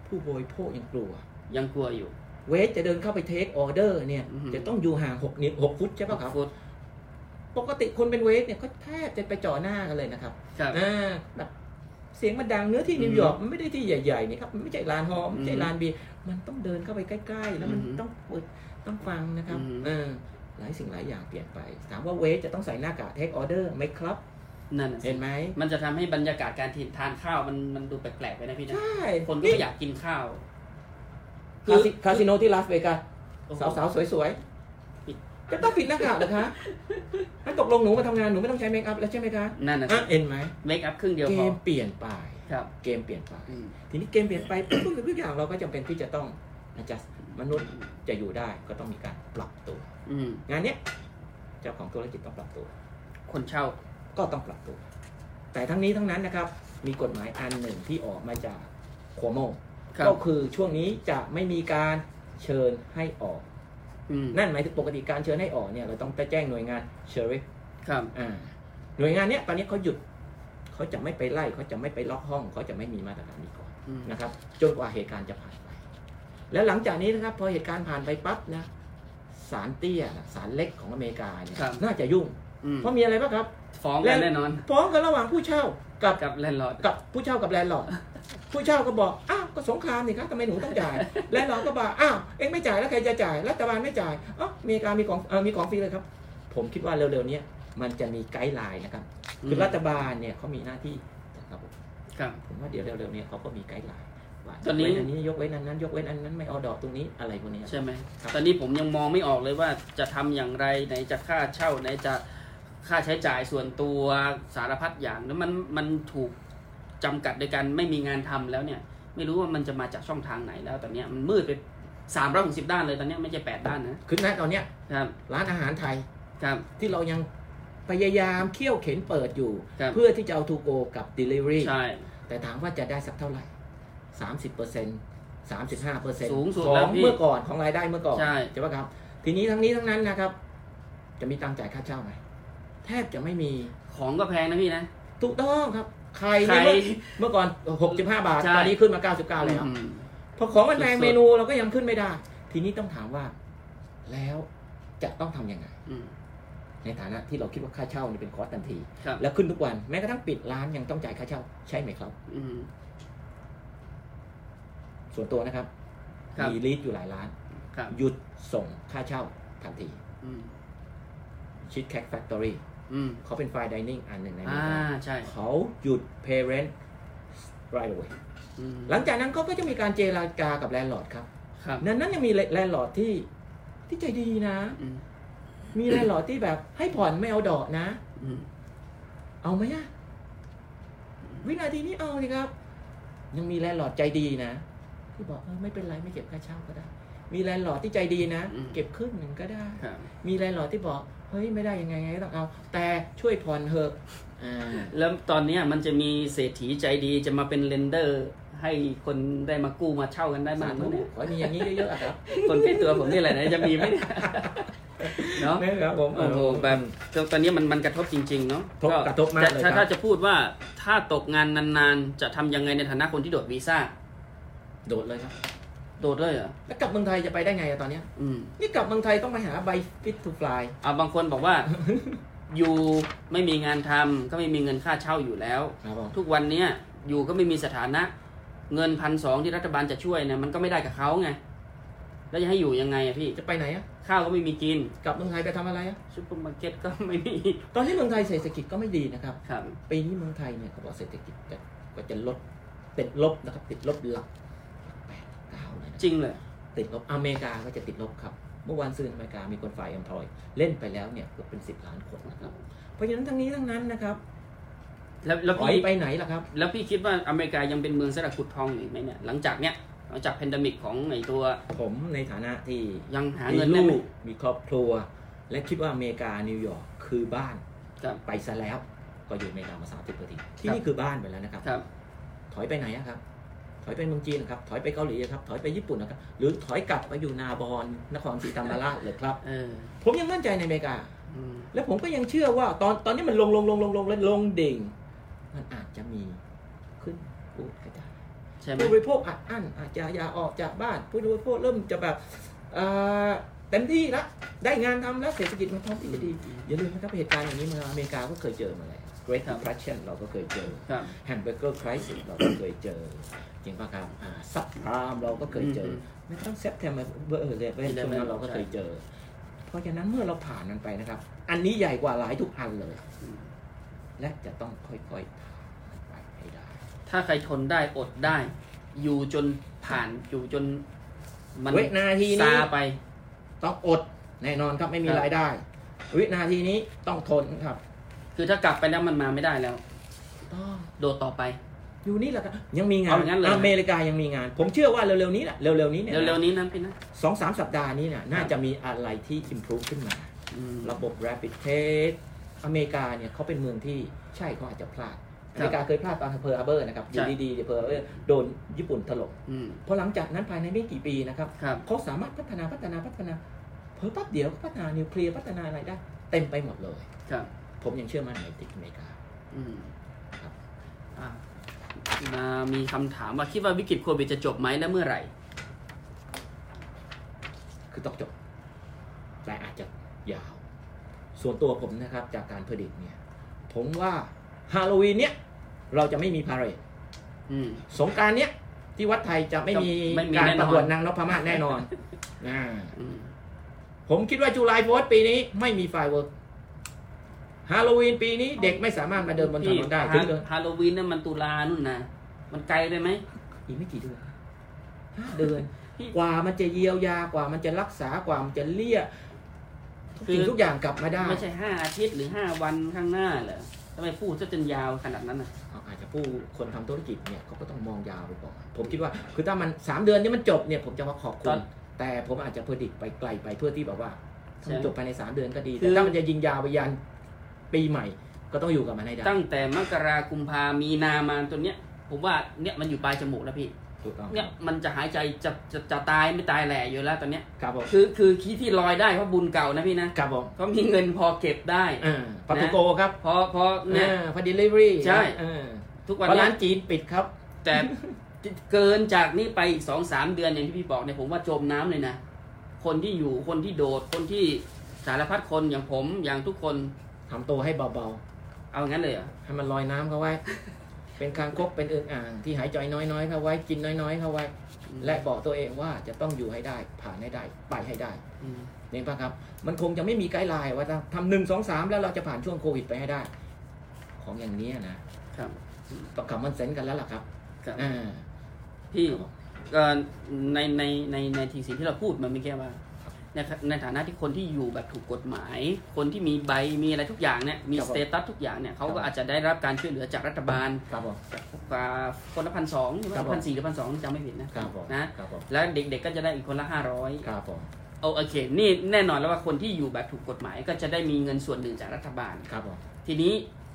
Speaker 3: ผู้บริโภคยังกลัว
Speaker 2: ยังกลัวอยู่
Speaker 3: เวสจะเดินเข้าไปเทคออเดอร์เนี่ย
Speaker 2: อือหือ
Speaker 3: จะต้องอยู่ห่าง6นิ้ว6ฟุตใช่ป่ะครับ
Speaker 2: ฟุต
Speaker 3: ปกติคนเป็นเวสเนี่ยก็แทบจะไปจ่อหน้ากันเลยนะครับ
Speaker 2: ครับ
Speaker 3: อ่าแบบเสียงมันดังเนื้อที่นิวยอร์กมันไม่ได้ที่ใหญ่ๆนี่ครับมันไม่ใช่ร้านหอมไม่ใช่
Speaker 2: อือหือ
Speaker 3: ร้านเบียร์มันต้องเดินเข้าไปใกล้ ๆ แล้วมัน
Speaker 2: อือหือ
Speaker 3: ต้องเปิดต้องฟังนะครับ
Speaker 2: อือหือ
Speaker 3: เออหลายสิ่งหลายอย่างเปลี่ยนไป ถามว่าเวสจะต้องใส่หน้ากากเทคออเดอร์ไหมครับ
Speaker 2: นั่นน่ะสิ
Speaker 3: เห็นไหม
Speaker 2: มันจะทำให้บรรยากาศการทานข้าวมันมันดูแปลกๆไปนะพี่นะ
Speaker 3: ใช่
Speaker 2: คนก็ไม่อยากกินข้าว
Speaker 3: คาสิคาสิโนที่ลาสเวกัส
Speaker 2: โอ้โห
Speaker 3: สาวๆ สวย
Speaker 2: ปิด
Speaker 3: ๆจะต้องปิดหน้ากากเหรอ คะมันตกลงหนูมาทำงานหนูไม่ต้องใช้เมคอัพแล้วใช่ไหมคะ
Speaker 2: นั่นนะ
Speaker 3: อ่ะเห็นไหม
Speaker 2: เมคอัพครึ่งเดียว
Speaker 3: เก
Speaker 2: พอ
Speaker 3: มเปลี่ยนไป
Speaker 2: ครับ
Speaker 3: เกมเปลี่ยนไป
Speaker 2: อืม
Speaker 3: ทีนี้เกมเปลี่ยนไปปุ๊บทุกสิ่งทุกอย่างเราก็จำเป็นที่จะต้อง adjust มนุษย์จะอยู่ได้ก็ต้องมีการปรับตัว
Speaker 2: อืม
Speaker 3: งานเนี้ยเจ้าของธุรกิจต้องปรับตัว
Speaker 2: คนเช่า
Speaker 3: ก็ต้องปรับตัว แต่ทั้งนี้ทั้งนั้นนะครับ มีกฎหมายอันหนึ่งที่ออกมาจากโคโม
Speaker 2: ครับ
Speaker 3: ก็คือช่วงนี้จะไม่มีการเชิญให้ออก
Speaker 2: อืม
Speaker 3: นั่นหมายถึงปกติการเชิญให้ออกเนี่ยเราต้องไปแจ้งหน่วยงานเชอริฟ
Speaker 2: ครับ
Speaker 3: อ่าหน่วยงานเนี้ยตอนนี้เขาหยุดเขาจะไม่ไปไล่เขาจะไม่ไปล็อกห้องเขาจะไม่มีมาตรการนี้ก่อน
Speaker 2: อืม
Speaker 3: นะครับจนกว่าเหตุการณ์จะผ่านไป แล้วหลังจากนี้นะครับพอเหตุการณ์ผ่านไปปั๊บนะศาลเตี้ยน่ะศาลเล็กของอเมริกาเนี่ยน่าจะยุ่ง
Speaker 2: อืม
Speaker 3: เพราะมีอะไรบ้างครับ
Speaker 2: ฟ้องกันแน่นอน
Speaker 3: ฟ้องกันระหว่างผู้เช่ากับ
Speaker 2: กับแลนด์ลอร์ด
Speaker 3: กับผู้เช่ากับแลนด์ลอร์ดผู้เช่าก็บอกอ้าวก็สงครามนี่ครับทำไมหนูต้องจ่ายแลนด์ลอร์ดก็บอกอ้าวเอ็งไม่จ่ายแล้วใครจะจ่ายรัฐบาลไม่จ่ายอ๋ออเมริกามีของเอ่อมีของฟรีเลยครับ ผมคิดว่าเร็วๆเนี้มันจะมีไกด์ไลน์นะครับคือรัฐบาลเนี่ยเขามีหน้าที่นะครับผม
Speaker 2: ครับ
Speaker 3: ผมว่าเดี๋ยวเร็วๆเนี้เขาก็มีไกด์ไลน์ว่า
Speaker 2: ตอนนี้
Speaker 3: ยกเว้อันนี้ยกเว้นอันนั้น ยกเว้นอันนั้นไม่เอาดอกตรงนี้อะไรพวกนี้
Speaker 2: ใช่ไหม
Speaker 3: ครับ
Speaker 2: ตอนนี้ผมยังมองไม่ออกเลยว่าจะทำอย่างไรไหนจะค่าเช่าไหนจะค่าใช้จ่ายส่วนตัวสารพัดอย่างแล้วมันมันถูกจำกัดโดยการไม่มีงานทำแล้วเนี่ย ไม่รู้ว่ามันจะมาจากช่องทางไหนแล้ว ตอนเนี้ยมันมืดไปสามร้อยหกสิบด้านเลยตอนเนี้ยไม่ใช่แปดด้านนะ
Speaker 3: คือณตอนเนี้ย
Speaker 2: ครับ
Speaker 3: ร้านอาหารไทย
Speaker 2: ครับ
Speaker 3: ที่เรายังพยายามเคี่ยวเข็นเปิดอยู่
Speaker 2: ครับ
Speaker 3: เพื่อที่จะเอาทูโกกับ Delivery
Speaker 2: ใช่
Speaker 3: แต่ถามว่าจะได้สักเท่าไหร่ 30เปอร์เซ็นต์35เปอร์เซ็นต์
Speaker 2: สูงสุด
Speaker 3: ข
Speaker 2: แล้
Speaker 3: อ
Speaker 2: ว
Speaker 3: ง
Speaker 2: พี่
Speaker 3: เมื่อก่อนของรายได้เมื่อก่อน
Speaker 2: ใช่
Speaker 3: ปะครับ ทีนี้ทั้งนี้ทั้งนั้นนะครับ จะมีตังค์จ่ายค่าเช่าไหมแทบจะไม่มี
Speaker 2: ของก็แพงนะพี่นะ
Speaker 3: ถูกต้องครับใคร
Speaker 2: ใคร
Speaker 3: เนี่ยเมื่อเมื่อก่อน 65 บาท
Speaker 2: ใช่
Speaker 3: ตอนนี้ขึ้นมา 99แล้ว
Speaker 2: อืม
Speaker 3: พอของมันแพง
Speaker 2: สุดๆ
Speaker 3: เมนูเราก็ยังขึ้นไม่ได้ ทีนี้ต้องถามว่า แล้วจะต้องทำยังไง
Speaker 2: อืม
Speaker 3: ในฐานะที่เราคิดว่าค่าเช่านี่เป็นคอสทันที
Speaker 2: ครับ
Speaker 3: แล้วขึ้นทุกวันแม้กระทั่งปิดร้านยังต้องจ่ายค่าเช่า ใช่ไหมครับ
Speaker 2: อืม
Speaker 3: ส่วนตัวนะครับ
Speaker 2: ครับ
Speaker 3: มีลีดอยู่หลายร้าน
Speaker 2: ครับ
Speaker 3: หยุดส่งค่าเช่าทันที
Speaker 2: อืม
Speaker 3: ชิดแค t แฟคทอรี่
Speaker 2: อืม
Speaker 3: เขาเป็นไฟดิเนิ่งอันหนึ่งในอเม
Speaker 2: อ่า
Speaker 3: ริกา
Speaker 2: ใช่
Speaker 3: เขาหยุด Parent right away
Speaker 2: อืม
Speaker 3: หลังจากนั้นเขาก็จะมีการเจรจากับแลนด์ลอร์ดครับ
Speaker 2: ครับ
Speaker 3: นั้นนั้นยังมีแลนด์ลอร์ดที่ที่ใจดีนะ
Speaker 2: อืม
Speaker 3: มีแลนด์ลอร์ดที่แบบ ให้ผ่อนไม่เอาดอกนะ
Speaker 2: อืม
Speaker 3: เอาไหมอะวินาทีนี้เอาเลยครับ ยังมีแลนด์ลอร์ดใจดีนะที่บอกเออไม่เป็นไรไม่เก็บค่าเช่าก็ได้ มีแลนด์ลอร์ดที่ใจดีนะ
Speaker 2: อืม
Speaker 3: เก็บครึ่งหนึ่งก็ได้
Speaker 2: ครับ
Speaker 3: มีแลนด์ลอร์ดที่บอกเฮ้ยไม่ได้ยังไงไงก็ต้องเอา แต่ช่วยผ่อนเถอะอ่า
Speaker 2: แล้วตอนเนี้ยมันจะมีเศรษฐีใจดีจะมาเป็นเรนเดอร์ ให้คนได้มากู้มาเช่ากัน
Speaker 3: สาม
Speaker 2: ได้าก
Speaker 3: ม
Speaker 2: มั้ยเนี่ย
Speaker 3: ขอให้มีอย่างนี้เยอะๆอะครับ
Speaker 2: คนใกล้ตัวผมนี่แหละนะจะมีไหม เนี่ยเนาะ
Speaker 3: นะครับผม
Speaker 2: โอ้โหแบบตอนนี้มันมันกระทบจริง ๆ เนาะ
Speaker 3: ทบกระทบมาก
Speaker 2: จะ
Speaker 3: เลย
Speaker 2: ถ้า
Speaker 3: ครับ
Speaker 2: ถ้าจะพูดว่าถ้าตกงานนานๆ จะทำยังไงในฐานะคนที่โดดวีซ่า
Speaker 3: โดดเลยครับ
Speaker 2: โดดเลยเหรอ
Speaker 3: แล้วกลับเมืองไทยจะไปได้ไงอะตอนเนี้ย
Speaker 2: อืม
Speaker 3: นี่กลับเมืองไทยต้องไปหาใบฟิตทูฟลาย
Speaker 2: เอาบางคนบอกว่า อยู่ไม่มีงานทำก็ไม่มีเงินค่าเช่าอยู่แล้ว
Speaker 3: ครับผม
Speaker 2: ทุกวันเนี้ยอยู่ก็ไม่มีสถานะ เงินพันสองที่รัฐบาลจะช่วยเนี่ยมันก็ไม่ได้กับเขาไง แล้วจะให้อยู่ยังไงอะพี่
Speaker 3: จะไปไหนอะ
Speaker 2: ข้าวก็ไม่มีกิน
Speaker 3: กลับเมืองไทยไปทำอะไรอะ
Speaker 2: ซุปเปอร์มาร์เก็ตก็ไม่มี
Speaker 3: ตอนนี้เมืองไทยเศรษฐกิจก็ไม่ดีนะครับ
Speaker 2: ครับ
Speaker 3: ปีนี้เมืองไทยเนี่ยเขาบอกเศรษฐกิจจะก็จะลดติดลบนะครับ ติดลบหลักแปดเก้าเลยนะ
Speaker 2: จริงเลย
Speaker 3: ติดลบอเมริกาก็จะติดลบครับ เมื่อวานซื้ออเมริกามีคนฝ่ายอัมพอยเล่นไปแล้วเนี่ยเกือบเป็น 10 ล้านคนนะครับ เพราะฉะนั้นทั้งนี้ทั้งนั้นนะครับ
Speaker 2: แล้วแล้ว
Speaker 3: ปล่อย
Speaker 2: พี่
Speaker 3: ไปไหนล่ะครับ
Speaker 2: แล้วพี่คิดว่าอเมริกายังเป็นเมืองสระขุดทองอยู่ไหมเนี่ยหลังจากเนี้ยหลังจากแพนดมิกของไอตัว
Speaker 3: ผมในฐานะที่
Speaker 2: ยังหา
Speaker 3: มี
Speaker 2: เงินได้
Speaker 3: ลู
Speaker 2: ไหม
Speaker 3: กมีครอบครัว และคิดว่าอเมริกานิวยอร์กคือบ้าน
Speaker 2: ครับ
Speaker 3: ไปซะแล้วก็อยู่อเมริกามาสามสิบกว่าปี
Speaker 2: ค
Speaker 3: ที่
Speaker 2: รับ
Speaker 3: นี่คือบ้านไปแล้วนะครับ
Speaker 2: ครับ
Speaker 3: ถอยไปไหนอะครับ ถอยไปเมืองจีนนะครับ ถอยไปเกาหลีอะครับ ถอยไปญี่ปุ่นนะครับ หรือถอยกลับไปอยู่นาบอนนครศรีธรรมราชเลยครับ
Speaker 2: เออ
Speaker 3: ผมยังมั่นใจในอเมริกา
Speaker 2: อืม
Speaker 3: และผมก็ยังเชื่อว่าตอนตอนนี้มันลงลงลงลงลงและลงดิ่ง มันอาจจะมีขึ้นพูดกระจาย
Speaker 2: ใช่ไหม
Speaker 3: ผู้บริโภคอัดอั้นอาจจะอยากออกจากบ้าน ผู้บริโภคเริ่มจะแบบเอ่อเต็มที่ละได้งานทำแล้วเศรษฐกิจมันพร้อมที่จะดี อย่าลืมนะครับเหตุการณ์อย่างนี้มาอเมริกาก็เคยเจอมาแล้ว Great Depression เราก็เคยเจอ
Speaker 2: ครับ
Speaker 3: แฮมเบอร์เกอร์ครสิเราก็เคยเจอ จริงป่ะครับซับพรามเราก็เคยเจอ
Speaker 2: อืม
Speaker 3: ไม่ต้องเซปเทมเบอร์เลยเป็นช่วงนั้นเราก็เคยเจอ เพราะฉะนั้นเมื่อเราผ่านมันไปนะครับ อันนี้ใหญ่กว่าหลายทุกอันเลย
Speaker 2: อืม
Speaker 3: และจะต้องค่อยๆผ่านมันไปให้ได้
Speaker 2: ถ้าใครทนได้อดได้ อยู่จนผ่านอยู่จนมัน
Speaker 3: เวนาทีนี้
Speaker 2: ซาไป
Speaker 3: ต้องอดแน่นอนครับไม่มี
Speaker 2: ครับ
Speaker 3: รายได้ วินาทีนี้ต้องทนครับ
Speaker 2: คือถ้ากลับไปแล้วมันมาไม่ได้แล้ว
Speaker 3: ต้อง
Speaker 2: โดดต่อไป
Speaker 3: อยู่นี่แหละครับยังมีงาน
Speaker 2: เอาอย่างนั้นเลย
Speaker 3: อเมริกายังมีงาน ผมเชื่อว่าเร็วๆนี้แหละเร็วๆนี้เนี่ยนะ
Speaker 2: เร็วๆนี้นะพี่นะ
Speaker 3: สองสามสัปดาห์นี้น่ะน่าจะมีอะไรที่ improve ขึ้นมา ระบบ rapid test อเมริกาเนี่ยเขาเป็นเมืองที่ใช่เขาอาจจะพลาด อเมริกาเคยพลาดตอนเ e อร์อาเบอร์นะครับอ
Speaker 2: ใช่
Speaker 3: ยู่ดีๆเ e อร์อาเบอร์โดนญี่ปุ่นถล่ม
Speaker 2: อืม
Speaker 3: พอหลังจากนั้นภายในไม่กี่ปีนะครับ
Speaker 2: ครับ
Speaker 3: เขาสามารถพัฒนาพัฒนาพัฒนาเพอแปั๊บเดียวก็พัฒนานิวเคลียร์พัฒนาอะไรได้ เต็มไปหมดเลย
Speaker 2: ครับ
Speaker 3: ผมยังเชื่อมั่นในติดอเมริกา
Speaker 2: อืม
Speaker 3: ครับ
Speaker 2: อ่ะมามีคำถามว่าคิดว่าวิกฤตโควิดจะจบไหมและเมื่อไหร่
Speaker 3: คือต้องจบแต่อาจจะยาว ส่วนตัวผมนะครับจากการพดิตเนี่ย ผมว่าฮาโลวีนเนี่ย เราจะไม่มีพาเหรด
Speaker 2: อืม
Speaker 3: สงกรารเนี่ยที่วัดไทยจะไม่มี
Speaker 2: ไม่มี
Speaker 3: การ
Speaker 2: แน่นอน
Speaker 3: ประกวดนางนพมาศแน่น อนอ่า
Speaker 2: อืม
Speaker 3: ผมคิดว่าจุลายโฟสปีนี้ไม่มีไฟเวิร์กฮาโลวีนปีนี้เด็กไม่สามารถมาเดินบนถนนได้ถึงเดิน
Speaker 2: ฮาโลวีนนั่นมันตุลานู่นนะมันไกลไปไหม
Speaker 3: อีกไม่กี่เดือนห้าเดือนกว่ามันจะเยียวยากว่ามันจะรักษากว่ามันจะเลี่ยทุกสิ่ง
Speaker 2: คือ
Speaker 3: ทุกอย่างกลับมาได้
Speaker 2: ไม่ใช่ห้าอาทิตย์หรือห้าวันข้างหน้าเหรอทำไมพูดซะจนยาวขนาดนั้นน่ะ
Speaker 3: เอาอาจจะผู้คนทำธุรกิจเนี่ยเขาก็ต้องมองยาวไปก่อนผมคิดว่าคือถ้ามัน 3 เดือนนี้มันจบเนี่ยผมจะมาขอบคุ
Speaker 2: ตอ
Speaker 3: ณ
Speaker 2: น
Speaker 3: แต่ผมอาจจะเพอดิกไปไกลไปเพื่อที่แบบว่าถ้ามัน
Speaker 2: ใช่
Speaker 3: จบภายใน 3 เดือนก็ดี
Speaker 2: คือ
Speaker 3: แต่ถ้ามันจะยิงยาวไปยันปีใหม่ ก็ต้องอยู่กับมันให้ได้
Speaker 2: ตั้งแต่มกราคมพามีนามาจนเนี้ย ผมว่าเนี่ยมันอยู่ปลายจมูกแล้วพี่
Speaker 3: ถูกต้อง
Speaker 2: เนี่ยมันจะหายใจจะจะจะตายไม่ตายแหล่อยู่แล้วตอนเนี้ย
Speaker 3: ครับผม
Speaker 2: คือคือคิดที่ลอยได้เพราะบุญเก่านะพี่นะครับ
Speaker 3: ผม
Speaker 2: เพราะมีเงินพอเก็บได้
Speaker 3: อ่าปาตุโกครับ
Speaker 2: พอพอเนี่ย
Speaker 3: อ่าพอดีลิเวอรี่
Speaker 2: ใช่ ทุกวัน
Speaker 3: เพราะ
Speaker 2: เนี้
Speaker 3: ร้าย นจีนปิดครับ
Speaker 2: แต่เกินจากนี้ไปอีกสองสามเดือนอย่างที่พี่บอกเนี่ยผมว่าจมน้ำเลยนะ คนที่อยู่คนที่โดดคนที่สารพัดคนอย่างผมอย่างทุกคน
Speaker 3: ทำตัวให้เบา
Speaker 2: เอางั้นเลยเหรอ
Speaker 3: ๆ ให้มันลอยน้ำเข้าไว้ เป็นคางคกเป็นเอิงอ่าง ที่หายใจน้อยๆเข้าไว้กินน้อยๆเข้าไว้ และบอกตัวเองว่าจะต้องอยู่ให้ได้ผ่านให้ได้ไปให้ได้
Speaker 2: อืม
Speaker 3: เห็นปะครับ มันคงจะไม่มีไกด์ไลน์ว่าทำหนึ่งสองสามแล้วเราจะผ่านช่วงโควิดไปให้ได้ ของอย่างเนี้ยนะครับ ต้องคำมันเซนกันแล้วล่ะครับ
Speaker 2: ครับ
Speaker 3: อ่า
Speaker 2: พี่เอ่อในในในในทีสิ่งที่เราพูดมันไม่แค่ว่าในในฐานะที่คนที่อยู่แบบถูกกฎหมาย คนที่มีใบมีอะไรทุกอย่างเนี่ยมีสเตตัสทุกอย่างเนี่ยเขาก็อาจจะได้รับการช่วยเหลือจากรัฐบาล
Speaker 3: ครับผม
Speaker 2: กว่าคนละพันสองใช่ไหม
Speaker 3: ครับผม
Speaker 2: พันสี่หรือพันสองจำไม่ผิดนะครับ
Speaker 3: ผม
Speaker 2: นะ
Speaker 3: ครับผม
Speaker 2: แล้วเด็กๆก็จะได้อีกคนละห้าร้อย
Speaker 3: ครับผม
Speaker 2: เอาโอเค นี่แน่นอนแล้วว่าคนที่อยู่แบบถูกกฎหมายก็จะได้มีเงินส่วนหนึ่งจากรัฐบาล
Speaker 3: ครับผม
Speaker 2: ทีนี้